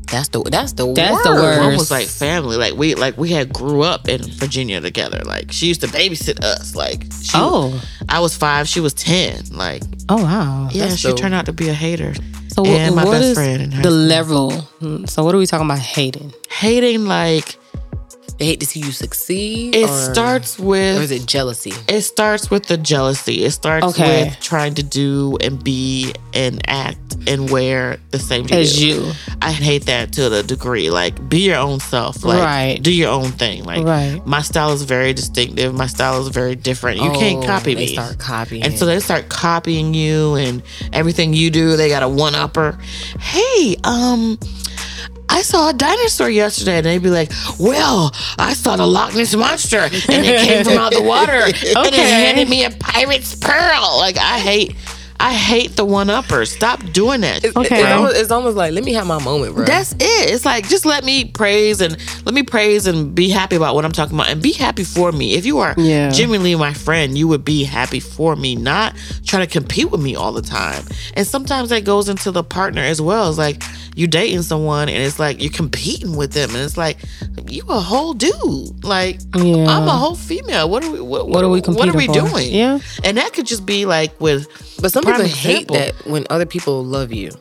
S1: That's the. That's the.
S2: That's
S1: worst.
S2: the worst.
S3: One was like family. Like we like we had grew up in Virginia together. Like she used to babysit us. Like she,
S2: Oh.
S3: I was five, she was ten. Like
S2: Oh wow.
S3: yeah,
S1: That's
S3: she
S1: the-
S3: turned out to be a hater.
S2: So
S3: Yeah,
S2: what,
S3: my
S2: what
S3: best
S2: is
S3: friend and her-
S2: the level? Mm, So what are we talking about hating?
S3: Hating like
S1: They hate to see you succeed.
S3: it
S1: or-
S3: starts
S1: Or
S3: with
S1: is it jealousy?
S3: It starts with the jealousy. It starts
S2: Okay.
S3: with trying to do and be and act and wear the same
S2: As you.
S3: I hate that to the degree. Like, be your own self. Like,
S2: Right.
S3: do your own thing. Like,
S2: Right.
S3: my style is very distinctive. My style is very different. You can't
S1: Oh,
S3: copy
S1: they
S3: me.
S1: Start copying.
S3: and so they start copying you and everything you do. They got a one upper. Hey, um, I saw a dinosaur yesterday, and they'd be like, "Well, I saw the Loch Ness monster, and it came from out the water, and it
S2: Okay.
S3: handed me a pirate's pearl." Like I hate, I hate the one upper. Stop doing that.
S2: Okay.
S1: It's almost, it's almost like let me have my moment, bro.
S3: That's it. It's like just let me praise and let me praise and be happy about what I'm talking about and be happy for me. If you are
S2: Yeah.
S3: genuinely my friend, you would be happy for me, not trying to compete with me all the time. And sometimes that goes into the partner as well. It's like you dating someone and it's like you're competing with them and it's like you a whole dude. Like
S2: Yeah.
S3: I'm a whole female. What are we what,
S2: What are we
S3: what are we
S2: competing for?
S3: doing?
S2: Yeah.
S3: And that could just be like with
S1: but some
S3: prime
S1: people hate
S3: example.
S1: that when other people love you.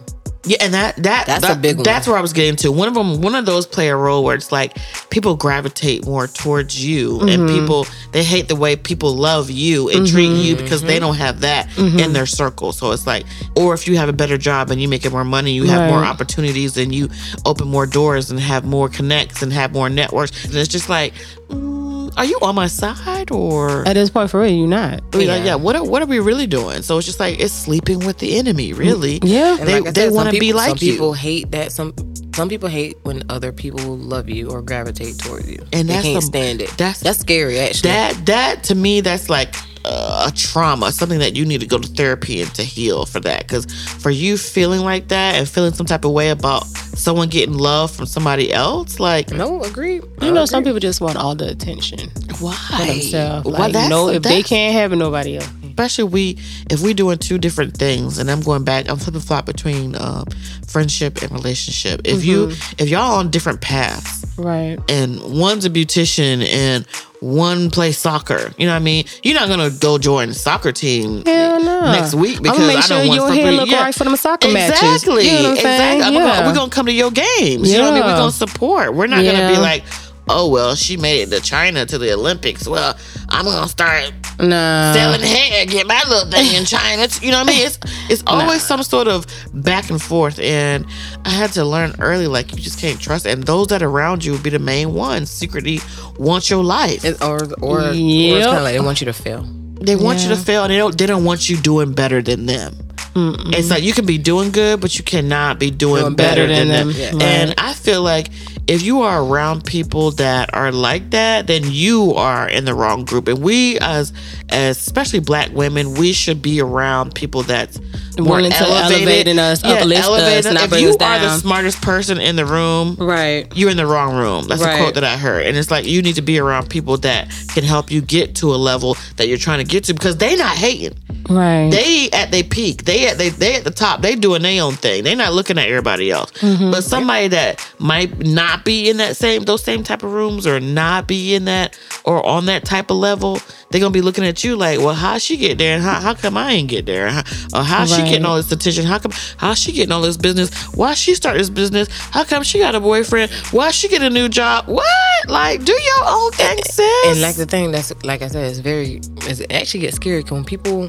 S3: Yeah, and that that
S1: That's a
S3: that-
S1: big one.
S3: That's where I was getting to. One of them, one of those play a role where it's like people gravitate more towards you, and
S1: Mm-hmm.
S3: people they hate the way people love you and treat
S1: Mm-hmm.
S3: you because they don't have that in their circle. So it's like, or if you have a better job and you make more money, you have more
S2: Right.
S3: opportunities, and you open more doors and have more connects and have more networks. And it's just like, mm, are you on my side or?
S1: Uh,
S2: At this point for real, you're not.
S3: I mean, like, yeah. What are, what are we really doing? So it's just like it's sleeping with the enemy, really.
S2: Yeah.
S1: And
S3: They,
S1: like I
S3: they
S1: said, some
S3: want to be
S1: people-
S3: like
S1: some
S3: you.
S1: people hate that. Some some people hate when other people love you or gravitate toward you,
S3: And
S1: they
S3: that's
S1: can't
S3: some-
S1: stand it.
S3: that's-
S1: that's scary. Actually,
S3: that that to me that's like uh, a trauma something that you need to go to therapy and to heal for that because for you feeling like that and feeling some type of way about someone getting love from somebody else like
S1: no, agree.
S2: You know, some people just want all the attention for
S3: why
S2: themselves.
S3: Why
S2: Like, no, if they
S3: that's-
S2: can't have it, nobody else. can.
S3: especially we if we're doing two different things and i'm going back i'm flipping flop between uh, friendship and relationship if you
S2: Mm-hmm.
S3: if y'all on different paths
S2: Right.
S3: and one's a beautician and one plays soccer. You know what I mean? You're not gonna go join the soccer team
S2: Hell no.
S3: next week because
S2: I'ma make
S3: I
S2: sure
S3: don't want
S2: your
S3: somebody-
S2: hair look
S3: yeah.
S2: right for them soccer matches.
S3: Exactly.
S2: You know what I'm saying?
S3: exactly. I'm gonna-
S2: Yeah.
S3: we're gonna come to your games. You know what I mean? We're
S2: Yeah.
S3: gonna support. We're not gonna be
S2: Yeah.
S3: like, oh well, she made it to China to the Olympics. Well, I'm gonna start
S2: Nah.
S3: selling hair, get my little thing in China. It's- you know what I mean? It's it's always some sort of back and forth, and I had to learn early like you just can't trust, and those that around you would be the main ones secretly want your life.
S1: It's, or or, or
S2: Yep.
S1: it's kind of like they want you to fail.
S3: They want you to fail, and they don't they don't want you doing better than them. It's like you can be doing good, but you cannot be doing, better, than, them.
S1: Yeah.
S3: And I feel like if you are around people that are like that, then you are in the wrong group. And we, as, as especially black women, we should be around people that's more
S2: Willing to
S3: elevated.
S2: elevate in us, uplift us, not
S3: If
S2: bring
S3: you
S2: us
S3: are the
S2: down.
S3: smartest person in the room,
S2: Right.
S3: you're in the wrong room. That's a
S2: Right.
S3: quote that I heard. And it's like you need to be around people that can help you get to a level that you're trying to get to because they not hating.
S2: Right.
S3: They at their peak. They at they they at the top. They doing their own thing. They not looking at everybody else. But somebody that might not be in that same those same type of rooms or not be in that or on that type of level, they're gonna be looking at you like, well, how she get there and how, how come I ain't get there? How, or how she
S2: Right.
S3: getting all this attention? How come how she getting all this business? Why she start this business? How come she got a boyfriend? Why she get a new job? What? Like, do your own thing, sis.
S1: And like the thing that's like I said, it's very it's, it actually gets scary 'cause when people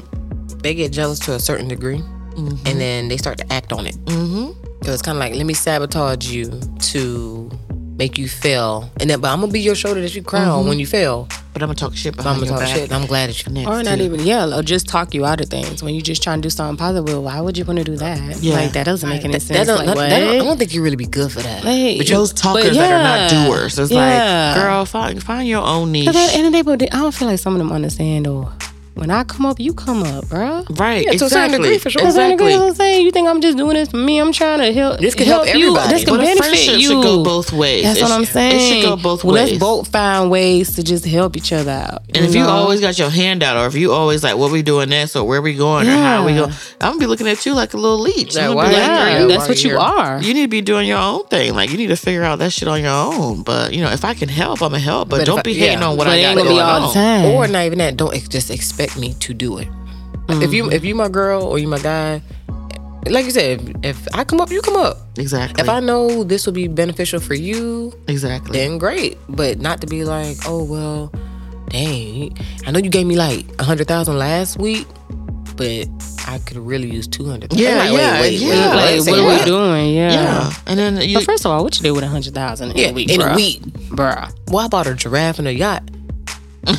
S1: they get jealous to a certain degree.
S3: Mm-hmm.
S1: and then they start to act on it. Mm-hmm. It was kind of like, let me sabotage you to make you fail, and then but I'm gonna be your shoulder that you cry on when you fail.
S3: But I'm gonna talk shit
S1: I'm
S3: behind
S1: gonna
S3: your
S1: talk
S3: Mm-hmm. back.
S1: shit. and I'm glad that you connect.
S2: Or not even, yeah, or just talk you out of things. When you're just trying to do something positive, why would you want to do that?
S3: Yeah.
S2: Like, that doesn't make any
S1: That
S2: sense.
S1: don't,
S2: like,
S1: that-
S2: what?
S1: that don't- I don't think you really be good for that.
S2: Like,
S3: But those talkers that are
S2: yeah.
S3: not doers. It's
S2: Yeah.
S3: like, girl, find find your own niche.
S2: But at the end of the day, but I don't feel like some of them understand, or when I come up, you come up, bruh.
S3: Right.
S1: Yeah, to a
S3: exactly.
S1: certain degree, for sure.
S2: That's what
S3: Exactly.
S2: I'm saying. You think I'm just doing this for me? I'm trying to help.
S1: This could help
S2: you.
S1: everybody.
S2: This
S3: But
S2: could
S3: a
S2: benefit
S3: friendship
S2: you.
S3: should go both ways.
S2: That's
S3: It
S2: what
S3: sh-
S2: I'm saying.
S3: It should go both
S2: Well,
S3: ways.
S2: Let's both find ways to just help each other out.
S3: And if you
S2: know?
S3: always got your hand out, or if you always like, what we doing next, or where we going, or how we
S2: Yeah.
S3: going, I'm gonna be looking at you like a little leech.
S1: Like,
S3: I'm
S1: why
S3: gonna be like,
S1: not?
S2: yeah,
S1: Yeah,
S2: that's
S1: why
S2: what
S1: you
S2: you
S1: here?
S2: are.
S3: you need to be doing your own thing. Like you need to figure out that shit on your own. But you know, if I can help, I'm gonna help. But,
S1: But if
S3: don't
S1: I-
S3: be
S1: yeah.
S3: hating on what
S2: But
S3: I
S2: it
S3: got
S2: ain't gonna be
S3: going
S2: all
S3: on.
S2: the time.
S1: Or not even that. Don't ex- just expect me to do it. If you if you my girl or you my guy, like you said, if I come up, you come up.
S3: Exactly.
S1: If I know this will be beneficial for you,
S3: exactly.
S1: then great. But not to be like, oh well, dang. I know you gave me like a hundred thousand last week, but I could really use two hundred.
S3: Yeah, yeah, yeah.
S2: Like,
S3: Like,
S2: what
S3: say
S2: are
S3: what?
S2: we doing? Yeah.
S3: yeah. And then you.
S2: But first of all, what you do with a hundred thousand in
S1: Yeah,
S2: a week?
S1: in a
S2: bruh?
S1: week.
S2: bruh.
S1: Well, I bought a giraffe and a yacht.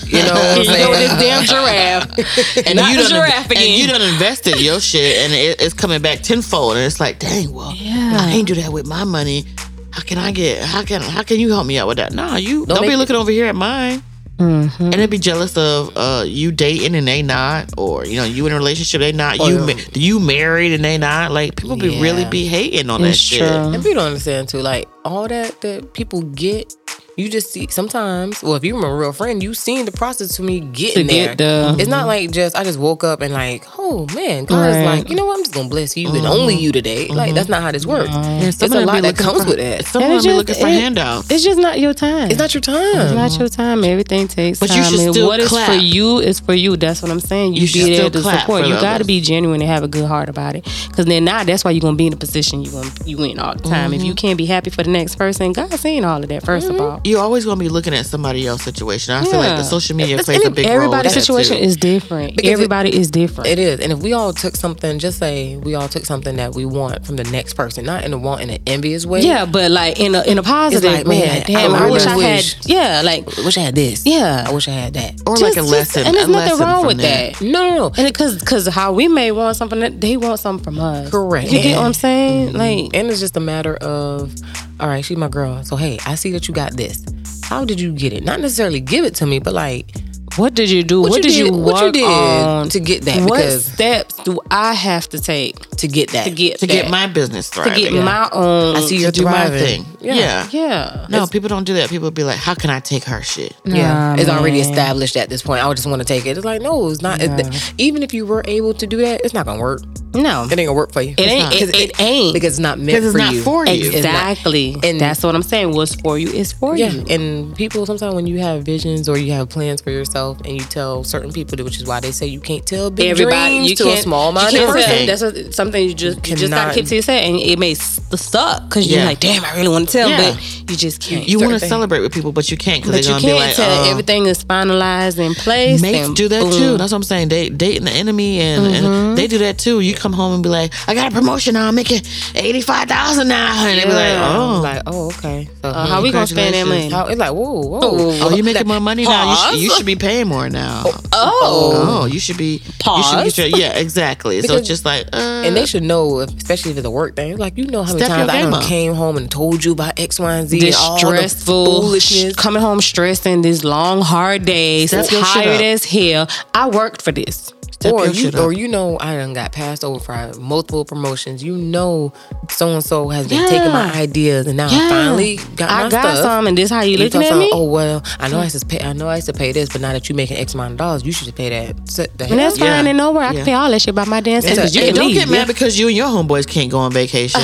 S1: You know what I'm
S2: Here you go with
S1: saying?
S2: this damn giraffe.
S3: and
S2: not
S3: you
S2: the
S3: done,
S2: giraffe
S3: And
S2: again.
S3: you done invested your shit, and it, it's coming back tenfold. And it's like, dang, well,
S2: Yeah.
S3: I ain't do that with my money. How can I get? How can how can you help me out with that? Nah, you don't,
S1: make
S3: be
S1: it-
S3: looking over here at mine.
S2: Mm-hmm.
S3: And they'd be jealous of uh, you dating and they not, or you know you in a relationship they not, you ma- you married and they not. Like people be
S1: Yeah.
S3: really be hating on that
S2: It's
S3: shit.
S2: true.
S1: If you don't understand too, like all that that people get, you just see sometimes. Well, if you were a real friend, you seen the process to me getting
S2: To get
S1: there.
S2: the- mm-hmm.
S1: it's not like just I just woke up and like, oh man, God is
S2: Right. Mm-hmm.
S1: like, you know what? I'm just gonna bless you and only you today. Like that's not how this works. It's a
S3: Some of them be
S1: lot that
S3: looking
S1: comes
S3: for-
S1: with that.
S3: Some of
S2: And
S3: them
S2: it's
S3: be
S2: just-
S3: looking for
S2: it-
S3: handouts.
S2: It's just not your time.
S1: It's not your time.
S2: It's not your time. Everything takes
S3: Mm-hmm. But you
S2: time.
S3: should
S2: And
S3: still
S2: what is
S3: clap.
S2: for you is for you. That's what I'm saying. You,
S3: You should
S2: be
S3: still
S2: there to
S3: clap
S2: support.
S3: for
S2: You got to
S3: others.
S2: be genuine and have a good heart about it. Because then now that's why you're gonna be in the position you gonna you in all the time.
S3: Mm-hmm.
S2: If you can't be happy for the next person, God's seen all of that. 1st of all,
S3: You're always gonna be looking at somebody else's situation. I Mm-hmm. feel like the
S2: Yeah.
S3: social media
S1: That's
S3: plays a
S1: any-
S3: big role. in
S2: everybody's
S3: that, too.
S2: situation is different.
S1: Because it-
S2: Everybody is different.
S1: It is. And if we all took something, just say we all took something that we want from the next person, not in a want in an envious way.
S2: yeah, but like in a in a positive
S1: like,
S2: way.
S1: man,
S2: like, damn,
S1: I
S2: I, wish I
S1: really
S2: had.
S1: wish-
S2: Yeah, like
S1: I wish I had this.
S2: Yeah.
S1: I wish I had that.
S3: or like a lesson.
S2: and there's
S3: a
S2: nothing
S3: lesson
S2: wrong
S3: from
S2: with
S3: that.
S2: that.
S1: No, no, no.
S2: And because because how we may want something, that they want something from us.
S1: Correct. Mm-hmm.
S2: You get what I'm saying? Like
S1: And it's just a matter of, all right, she's my girl. So hey, I see that you got this. How did you get it? Not necessarily give it to me, but like
S2: What did you do?
S1: What
S2: What,
S1: you
S2: did, you
S1: did-
S2: work
S1: what you did
S2: on
S1: to get that?
S2: What
S1: Because-
S2: steps do I have to take
S1: to get that.
S2: to get
S3: To
S2: that?
S3: get my business
S2: to
S3: thriving.
S2: get my own?
S1: I see you're
S3: to do my
S1: thriving.
S3: thing. Yeah.
S2: Yeah.
S3: No, people don't do that. People be like, how can I take her shit?
S1: Yeah,
S2: Nah,
S1: it's already
S2: man.
S1: established at this point. I would just want to take it. It's like no, it's not. it- even if you were able to do that, it's not gonna work.
S2: No,
S1: It ain't gonna work for you.
S2: It ain't-
S1: not.
S2: it-
S1: 'Cause
S2: it ain't.
S1: because it's not meant
S3: 'Cause it's
S1: for
S3: not
S1: you.
S3: for you.
S1: It's not.
S2: exactly.
S1: And-
S2: And that's what I'm saying. What's for you is for
S1: Yeah,
S2: you.
S1: and people sometimes when you have visions or you have plans for yourself, and you tell certain people, to- which is why they say you can't tell big
S2: Everybody,
S1: dreams
S2: you
S1: to
S2: can't,
S1: a small
S2: you
S1: minded
S2: can't
S1: person.
S2: tell- That's a, something you just you just
S1: cannot-
S2: gotta keep to yourself, and it may s- suck because
S3: Yeah.
S2: you're like, damn, I really want to tell,
S3: Yeah.
S2: but you just can't.
S3: You want to
S1: Certain thing.
S3: celebrate with people, but you can't because
S2: but
S3: they're
S2: you
S3: going
S2: can't
S3: to be like,
S2: tell
S3: uh,
S2: everything is finalized in place.
S3: Mates
S2: and
S3: do that
S2: boom.
S3: too. That's what I'm saying. They dating the enemy and, and they do that too. You come home and be like, I got a promotion now. I'm making 85000 now. And they be like,
S2: Yeah.
S3: oh.
S1: Like, oh, okay. So,
S2: Uh, how we gonna spend that money?
S3: Congratulations.
S1: how- it's like, whoa, whoa.
S3: Oh, you're making more money now. You should, you
S2: Pause.
S3: should be paying more now. Oh,
S2: Oh.
S3: you should be. You
S2: Pause.
S3: should get your, yeah, exactly. so
S1: Because-
S3: it's just like, uh,
S1: And they should know, if, especially if it's a work thing. Like you know how many
S3: Step your
S1: times I
S3: game
S1: done
S3: up.
S1: came home and told you about X, Y, and Z. and
S2: this
S1: all the
S2: stressful
S1: foolishness.
S2: coming home stressing this long hard days
S3: Step your shit
S2: tired
S3: up.
S2: as hell i worked for this
S3: Step
S1: or
S3: your
S1: you,
S3: shit up.
S1: or you know, I done got passed over for multiple promotions. You know, so and so has been
S2: Yeah.
S1: taking my ideas, and now I
S2: Yeah.
S1: finally got
S2: i
S1: my
S2: got
S1: stuff.
S2: some and this how you
S1: You
S2: looking
S1: thought
S2: at
S1: some-
S2: me
S1: Oh well, I know I used to pay. I know I used to pay this, but now that you're making X amount of dollars, you should pay that. So, the
S2: and that's
S1: hell?
S2: fine
S3: Yeah.
S2: and nowhere i
S3: Yeah.
S2: can pay all that shit by my dance
S1: It's a-
S2: because you
S1: and
S2: can
S3: don't
S2: leave
S3: get mad because you and your homeboys can't go on vacation.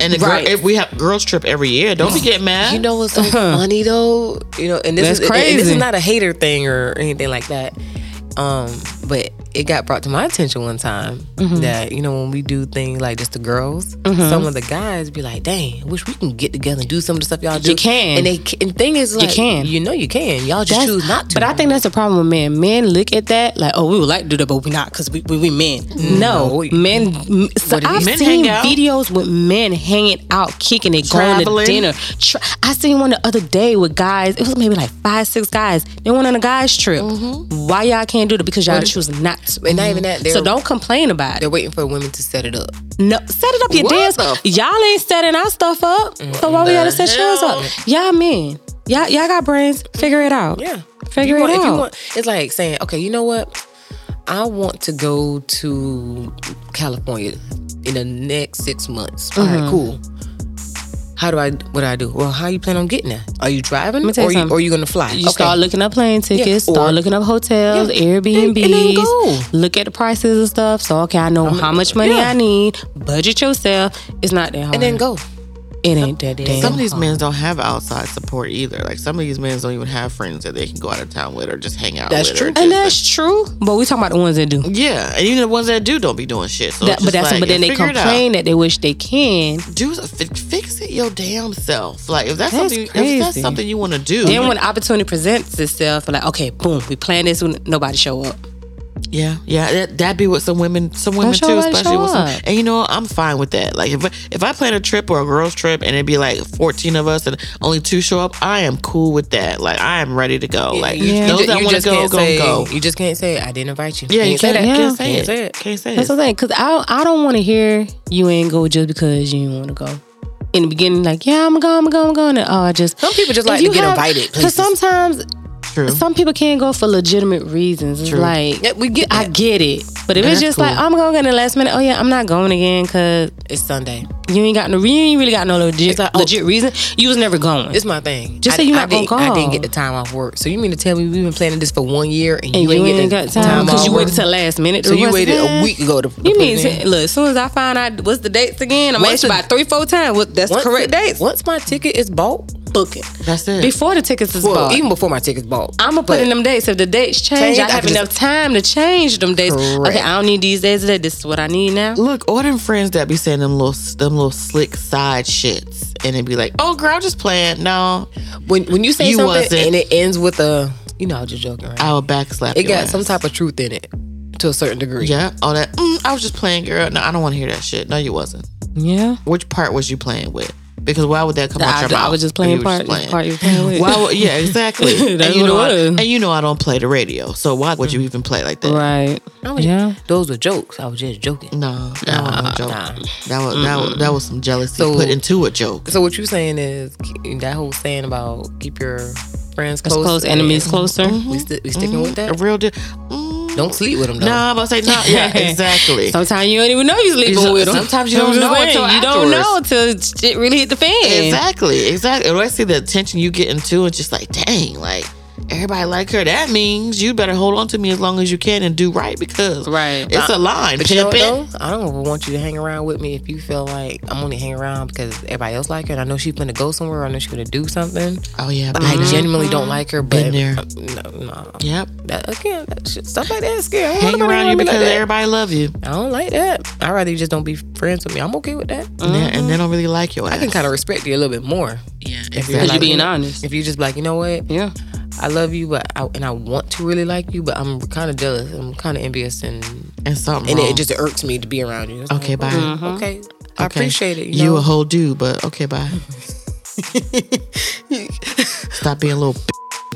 S3: and the
S2: Uh, right.
S3: girl, if we have girls trip every year, don't be getting mad.
S1: You know what's so funny though? You know, and this is
S2: Uh-huh. That's
S1: and- and this
S2: crazy.
S1: is not a hater thing or anything like that. Um, but it got brought to my attention one time
S2: Mm-hmm.
S1: that you know when we do things like just the girls, some of the guys be like, "Dang, I wish we can get together and do some of the stuff y'all do."
S2: You can.
S1: and they ca- and thing is, like,
S2: can.
S1: you know you can. Y'all just
S2: That's-
S1: choose not to.
S2: But I think that's the problem with men. Men look at that like, oh, we would like to do that, but we not because we, we we men. No,
S1: No.
S2: men. m- So
S3: do you-
S2: I've
S3: Men
S2: seen
S3: hang out.
S2: videos with men hanging out, kicking it, going
S3: Traveling.
S2: to dinner. Tra- I seen one the other day with guys. It was maybe like five, six guys. They went on a guys trip. Why y'all can't do that? Because y'all choose not to.
S1: and not even that. They're,
S2: So don't complain about it.
S1: They're waiting for women to set it up.
S2: No, set it up your
S3: What
S2: dance.
S3: the f-
S2: y'all ain't setting our stuff up. So why we gotta set yours
S3: hell?
S2: up? Y'all men. Y'all, y'all got brains. Figure it out.
S1: Yeah.
S2: Figure
S1: you
S2: it
S1: want, If
S2: out.
S1: you want, it's like saying, okay, you know what? I want to go to California in the next six months. All
S2: Mm-hmm.
S1: right, cool. How do I? What do I do? Well, how you plan on getting there? Are you driving,
S2: me tell you
S1: or, you,
S2: something.
S1: or you gonna fly?
S2: You start looking up plane tickets,
S1: or-
S2: start looking up hotels,
S1: Yeah.
S2: Airbnbs.
S1: And- and then go.
S2: Look at the prices and stuff. So okay, I know how much money
S1: yeah.
S2: I need. Budget yourself. It's not that hard.
S1: and then go.
S2: It ain't that damn.
S3: Some of
S2: hard.
S3: these men don't have outside support either. Like some of these men don't even have friends that they can go out of town with or just hang out
S1: That's
S3: with.
S1: true.
S3: Or
S2: and
S3: just, like-
S2: that's true, but we talking about the ones that do.
S3: yeah, and even the ones that do don't be doing shit. So
S2: That-
S3: it's just
S2: but that's
S3: like,
S2: but then
S3: yeah,
S2: they
S3: figure it out.
S2: complain that they wish they can.
S3: Do f- fix it your damn self. Like if that's,
S2: That's
S3: something, if that's
S2: crazy.
S3: something you want to do.
S2: Then when the opportunity presents itself, like okay, boom, we plan this when nobody show up.
S3: Yeah, yeah, that that be with some women, some women
S2: show
S3: too,
S2: up,
S3: especially
S2: show
S3: with some.
S2: up.
S3: And you know, I'm fine with that. Like if if I plan a trip or a girls trip and it'd be like 14 of us and only two show up, I am cool with that. Like I am ready to go. Like those
S1: ju-
S3: that want to
S1: just
S3: go,
S1: can't
S3: go,
S1: say,
S3: go.
S1: You just can't say I didn't invite you.
S3: Yeah, you
S1: say
S3: can't,
S1: that.
S2: yeah.
S3: can't say
S1: Can't
S3: it.
S1: say it.
S3: Can't say
S2: That's
S3: it.
S2: the thing, cause I I don't want to hear you ain't go just because you want to go. In the beginning, like yeah, I'm going, I'm going, I'm going. And, oh, I just
S1: Some people just
S2: If
S1: like to
S2: you
S1: get
S2: have-
S1: invited. places.
S2: Cause sometimes
S3: True.
S2: some people can't go for legitimate reasons. It's like
S1: Yeah, we get.
S2: I
S1: that.
S2: get it, but if
S3: And that's
S2: it's just like
S3: cool.
S2: I'm going in the last minute, oh yeah, I'm not going again because
S1: it's Sunday.
S2: you ain't got no, you ain't really got no legit
S1: like, oh.
S2: legit reason. You was never going.
S1: It's my thing.
S2: Just
S1: I-
S2: say you're
S1: I
S2: not gonna
S1: didn't- I didn't
S2: call.
S1: get the time off work. So you mean to tell me we've been planning this for one year and,
S2: and
S1: you, ain't, get
S2: got
S1: the time
S2: time because
S1: off
S2: you
S1: work?
S2: waited till last minute. to
S1: So you
S2: rest
S1: waited a
S2: back?
S1: week ago to, to
S2: You
S1: put
S2: mean
S1: it in?
S2: look? As soon as I find out what's the dates again, I'm
S1: Once
S2: asked
S1: the-
S2: about three, four times. What that's the
S1: Once
S2: correct
S1: it-
S2: dates?
S1: Once my ticket is bought,
S2: Book it
S3: That's it.
S2: before the tickets is
S1: well,
S2: bought.
S1: even before my ticket's bought,
S2: I'm gonna put
S1: but-
S2: in them dates. If the dates change,
S1: Change,
S2: I
S1: I
S2: have
S1: can
S2: enough
S1: just-
S2: time to change them dates.
S1: Correct.
S2: Okay, I don't need these days today. This is what I need now.
S3: Look, all them friends that be saying them little them little slick side shits, and it be like, "Oh, girl, I'm just playing." No,
S1: when when you say
S3: You
S1: something
S3: wasn't.
S1: and it ends with a, you know, I was just joking. Right?
S3: I will backslap.
S1: it
S3: your
S1: got
S3: ass.
S1: some type of truth in it to a certain degree.
S3: Yeah, all that. Mm, I was just playing, girl. No, I don't want to hear that shit. No, you wasn't.
S2: Yeah,
S3: Which part was you playing with? Because why would that come out
S2: I,
S3: your mouth?
S2: I was just
S3: if you
S2: playing
S3: were
S2: part.
S3: playing?
S2: Part you were playing with.
S3: Why would, yeah, exactly.
S2: That's
S3: and you know,
S2: what it
S3: I,
S2: was. Mm.
S3: and you know, I don't play the radio, so why would you even play like that?
S2: Right.
S1: I was-
S2: Yeah.
S1: those were jokes. I was just joking.
S3: No, that was no joke.
S1: nah.
S3: That was that was, that was some jealousy
S1: So-
S3: put into a joke.
S1: So what you saying is ke- that whole saying about keep your friends
S2: Close,
S1: close,
S2: enemies
S1: and Mm-hmm.
S2: closer. Mm-hmm.
S1: We, sti- we sticking with
S3: A
S1: that.
S3: real deal. Mm,
S1: Don't sleep with them though.
S3: No, I'm about to say no. Yeah, exactly.
S2: Sometimes you don't even know you're sleeping
S3: just-
S2: with them.
S3: sometimes you don't know until
S2: you don't
S3: afterwards.
S2: know until shit really hit the fan.
S3: Exactly, exactly. And when I see the attention you get into, it's just like, dang, like everybody like her. That means you better hold on to me as long as you can and do right because
S2: Right.
S3: it's a line.
S1: But you know what,
S3: pimpin'.
S1: though? I don't ever want you to hang around with me if you feel like I'm only hanging around because everybody else like her. And I know she's gonna go somewhere. I know she's gonna do something.
S3: oh yeah,
S1: I
S3: been there.
S1: genuinely don't like her, but
S3: Been there.
S1: uh, no, no,
S3: Yep.
S1: that, again, that shit, stuff like that is scary. I don't want
S3: Hang
S1: nobody
S3: around you
S1: me
S3: because
S1: like that.
S3: everybody love you,
S1: I don't like that. I'd rather you just don't be friends with me. I'm okay with that.
S3: and, they, and they don't really like your ass.
S1: Mm-hmm. I can kind of respect you a little bit more
S3: yeah,
S1: you're
S2: Because
S3: exactly.
S2: you're
S1: like-
S2: being honest.
S1: if you just be like, you know what,
S2: Yeah.
S1: I love you, but I, and I want to really like you, but I'm kind of jealous. I'm kind of envious, and
S3: and something
S1: and
S3: wrong.
S1: it, just irks me to be around you. It's
S3: Okay,
S1: like,
S3: bye.
S1: Okay, I
S3: Okay.
S1: appreciate it.
S3: You,
S1: You, know?
S3: a whole dude, but okay, bye. Stop being a little. b-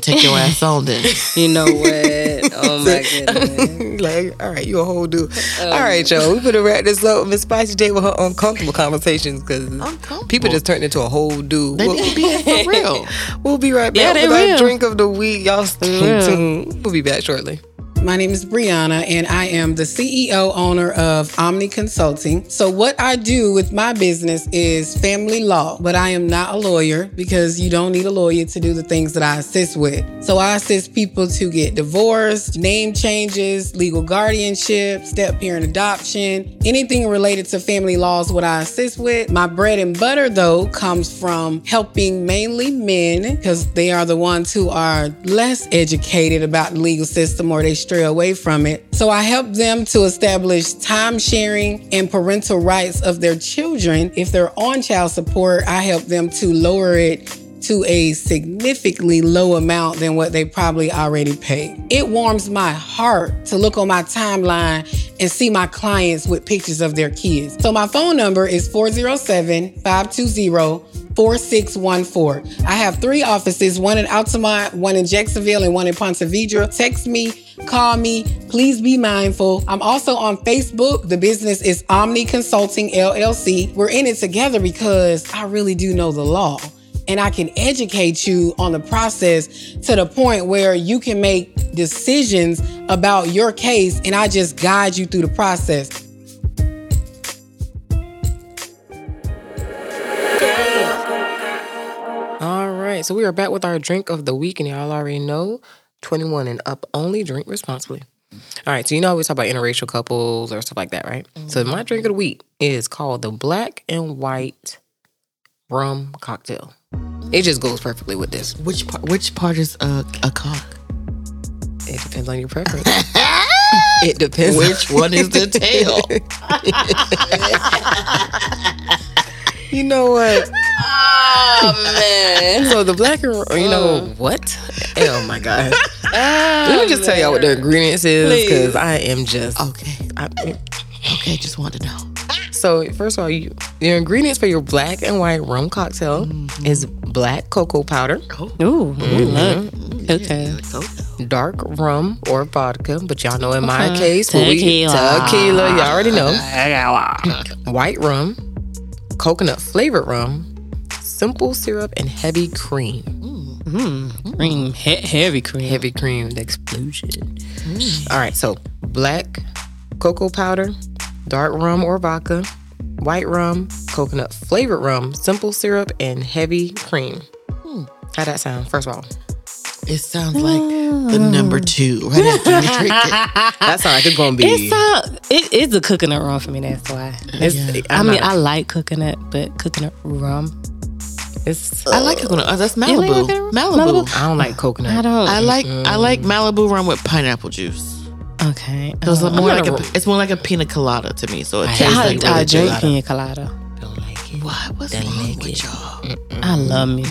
S3: Take your ass on then.
S2: You know what? Oh my goodness.
S1: like, all right, you a whole dude. all right, y'all, we gonna wrap this up. Miss Spicy J with her uncomfortable conversations because
S3: Uncomfortable.
S1: people just turned into a whole dude.
S3: They
S1: We'll,
S3: need to be for real.
S1: we'll be right
S2: Yeah,
S1: back
S2: they
S1: with our
S2: real.
S1: drink of the week. Y'all stay
S2: real.
S1: tuned. We'll be back shortly.
S6: My name is Brianna, and I am the CEO owner of Omni Consulting. So, what I do with my business is family law, but I am not a lawyer because you don't need a lawyer to do the things that I assist with. So, I assist people to get divorced, name changes, legal guardianship, step parent adoption, anything related to family law is what I assist with. My bread and butter, though, comes from helping mainly men because they are the ones who are less educated about the legal system or they stray away from it. So I help them to establish time sharing and parental rights of their children. If they're on child support, I help them to lower it to a significantly low amount than what they probably already paid. It warms my heart to look on my timeline and see my clients with pictures of their kids. So my phone number is 407 520 4614. I have three offices one in Altamont, one in Jacksonville, and one in Ponte Vedra. Text me, call me, please be mindful. I'm also on Facebook. The business is Omni Consulting LLC. We're in it together because I really do know the law and I can educate you on the process to the point where you can make decisions about your case and I just guide you through the process.
S1: All right, so we are back with our drink of the week, and y'all already know 21 and up only drink responsibly. All right, so you know, we talk about interracial couples or stuff like that, right? So, my drink of the week is called the Black and White Rum Cocktail. It just goes perfectly with this.
S3: Which part? Which part is a, a cock?
S1: It depends on your preference. it depends. on-
S3: Which one is the tail?
S1: you know what?
S3: Oh,
S2: man.
S1: So the black and or, you know what? Oh my god! Let me just tell y'all what
S3: Oh,
S1: the ingredients is because I am just.
S3: Okay.
S1: I,
S3: Okay. Just want to know.
S1: so first of all, you the ingredients for your black and white rum cocktail
S3: Mm-hmm.
S1: is black cocoa powder,
S2: Ooh, look. Okay.
S1: dark rum or vodka, but y'all know in my case
S2: Tequila.
S1: we tequila. Y'all already know. white rum, coconut flavored rum, simple syrup, and heavy cream.
S2: Mm-hmm. Cream, he- heavy cream. Mm.
S1: heavy cream explosion. All right, so black cocoa powder, dark rum or vodka, white rum, coconut flavored rum, simple syrup, and heavy cream.
S2: Hmm.
S1: How that sound? First of all,
S3: It sounds like the number two right after you drink it.
S1: that sounds like it's gonna be.
S2: It's uh, it is a cooking it rum for me. That's why. It's, I mean, I like cooking it, but cooking it rum.
S1: it's-
S3: I like coconut.
S1: uh,
S3: Oh, that's
S2: like
S3: Malibu.
S2: coconut?
S3: Malibu.
S1: I don't like coconut.
S2: I don't.
S3: I like I like Malibu rum with pineapple juice.
S2: okay.
S3: So it's
S2: Uh,
S3: more like
S1: gonna
S3: a,
S1: ro-
S3: it's more like a pina colada to me. So it tastes
S2: I,
S3: like
S2: I
S3: really
S2: drink
S3: good.
S2: pina colada.
S1: don't like it.
S3: Why? What's wrong with y'all?
S2: I love me.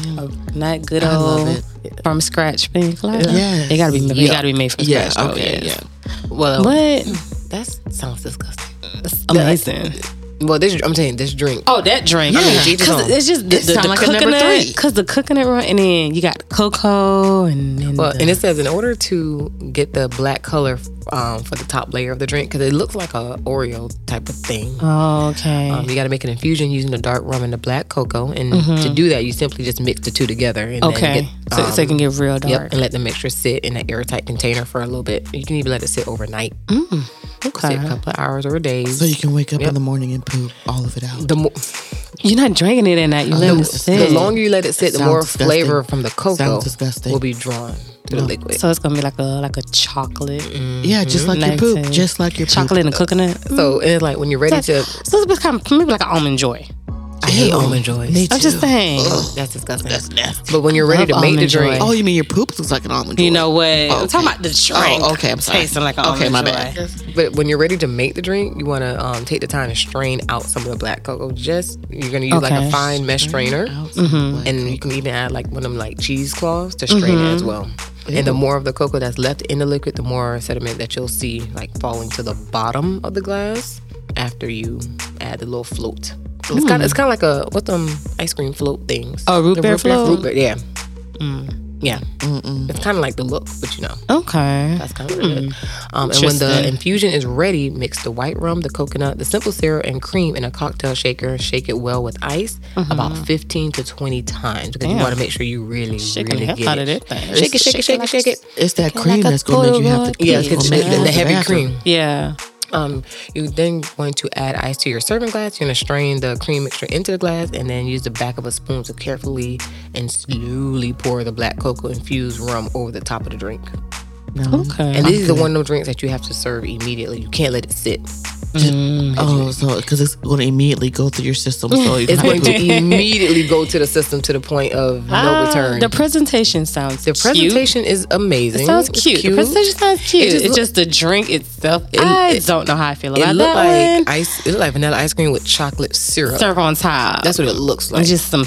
S2: Not good old
S3: love
S2: from scratch pina colada.
S3: Yes.
S2: It gotta be.
S3: Yeah.
S2: It gotta be made from
S3: Yeah.
S2: scratch. Oh, though,
S3: Okay.
S2: yes.
S3: Yeah.
S1: Well,
S2: But
S1: that sounds disgusting.
S2: it's amazing.
S1: Well, this I'm saying this drink. Uh,
S2: Oh, that drink.
S1: Yeah.
S2: I mean,
S1: Yeah.
S2: Cause it's just the,
S3: It
S2: the,
S3: sound
S2: the
S3: like a
S2: cooking
S3: number three.
S2: it. Cause the cooking it rum, and then you got cocoa and, and
S1: Well,
S2: the-
S1: and it says in order to get the black color um, for the top layer of the drink, because it looks like a Oreo type of thing.
S2: oh, okay.
S1: Um, you got to make an infusion using the dark rum and the black cocoa, and to do that, you simply just mix the two together. And
S2: Mm-hmm. okay.
S1: Then get,
S2: so, so it
S1: um,
S2: can get real dark.
S1: Yep, and let the mixture sit in an airtight container for a little bit. You can even let it sit overnight,
S2: Okay.
S1: sit a couple of hours or days.
S3: So you can wake up in the morning and poop all of it out.
S1: the, mo-
S2: You're not drinking it at night. You let it
S1: the
S2: sit.
S1: longer you let it sit, the
S3: Sounds
S1: more
S3: disgusting.
S1: flavor from the cocoa
S3: Sounds disgusting.
S1: will be drawn to the liquid.
S2: So it's gonna be like a like a chocolate,
S3: yeah, just like your poop.
S2: Nice.
S3: Just like your poop.
S2: chocolate and coconut.
S1: So
S2: Mm-hmm.
S1: and it's like when you're ready to,
S2: So it's become maybe like an almond joy.
S1: I hate almond joys.
S3: Me
S2: I'm just
S3: too.
S2: saying.
S1: That's disgusting.
S3: That's nasty.
S1: but when you're ready to
S2: Love
S1: make the
S2: almond joy.
S1: drink,
S3: Oh, you mean your poop looks like an almond?
S2: You
S3: joy.
S2: know what? I'm
S3: Okay.
S2: talking about the drink.
S3: Oh, okay. I'm sorry.
S2: Tasting like an
S3: okay,
S2: almond
S3: my
S2: joy.
S3: bad.
S1: But when you're ready to make the drink, you want to um, take the time to strain out some of the black cocoa. Just you're gonna use like
S2: Okay.
S1: a fine mesh strainer,
S3: Mm-hmm.
S1: and you can even add like one of them like cheesecloths to strain it
S2: Mm-hmm.
S1: as well. And the more of the cocoa that's left in the liquid, the more sediment that you'll see like falling to the bottom of the glass after you add the little float. It's kind of it's kind of like a what them ice cream float things.
S2: Mm. Oh, root
S1: The
S2: beer float? Mm.
S1: root beer- yeah, yeah. It's kind of like the look, but you know.
S2: Okay.
S1: That's kind of what it is. Um, and when the
S2: Interesting.
S1: infusion is ready, mix the white rum, the coconut, the simple syrup, and cream in a cocktail shaker. Shake it well with ice about 15 to 20 times because you want to make sure you really,
S2: Shaking
S1: really
S2: the
S1: get
S2: heck out of
S1: it.
S2: that thing.
S1: Shake it, shake it, shake it, shake it.
S3: It's that cream that's gonna make you have to.
S1: Yeah,
S3: pee.
S1: because
S3: It's
S1: the,
S3: gonna
S1: the, the
S3: make you have to
S1: heavy
S3: bathroom.
S1: cream.
S2: Yeah.
S1: Um, you then going to add ice to your serving glass. You're gonna strain the cream mixture into the glass, and then use the back of a spoon to carefully and slowly pour the black cocoa infused rum over the top of the drink.
S2: Okay.
S1: And this is the one of those drinks that you have to serve immediately. You can't let it sit.
S3: Oh, so because it's going to immediately go through your system, so you
S1: It's
S3: have
S1: going
S3: to-
S1: to immediately go to the system to the point of no return.
S2: Ah, The presentation sounds
S1: The presentation is amazing.
S2: It sounds
S1: It's
S2: cute. The presentation sounds cute.
S1: just
S2: it's
S1: look-
S2: just the drink itself.
S1: It-
S2: I
S1: it-
S2: don't know how I feel
S1: It
S2: about
S1: looked
S2: that
S1: like
S2: one.
S1: ice. It looked like vanilla ice cream with chocolate syrup.
S2: Syrup on top.
S1: That's what it looks like.
S2: It's just some,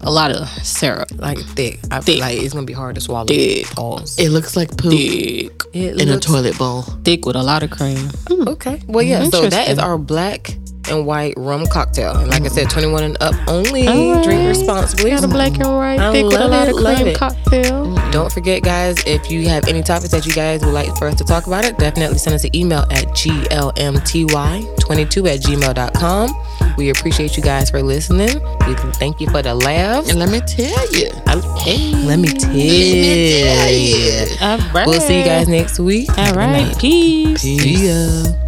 S2: a lot of syrup.
S1: like thick. I
S2: Thick.
S1: feel like it's gonna be hard to swallow.
S2: Thick.
S1: Pause.
S3: it looks like poop
S2: Thick,
S1: It
S3: in a
S1: looks-
S3: toilet bowl.
S2: thick with a lot of cream.
S1: Okay. Well, yeah. So that is our black and white rum cocktail. And like I said, 21 and up only. Drink responsibly.
S2: Got a black and white,
S1: I
S2: thick with a
S1: love
S2: lot
S1: it,
S2: of
S1: love
S2: cream
S1: it.
S2: cocktail.
S1: Don't forget, guys, if you have any topics that you guys would like for us to talk about it, definitely send us an email at glmty22 at gmail.com. We appreciate you guys for listening. We thank you for the laughs.
S3: And let me tell you,
S1: I- hey, let me tell you.
S2: All right.
S1: We'll see you guys next week.
S2: All right. Peace.
S1: See ya.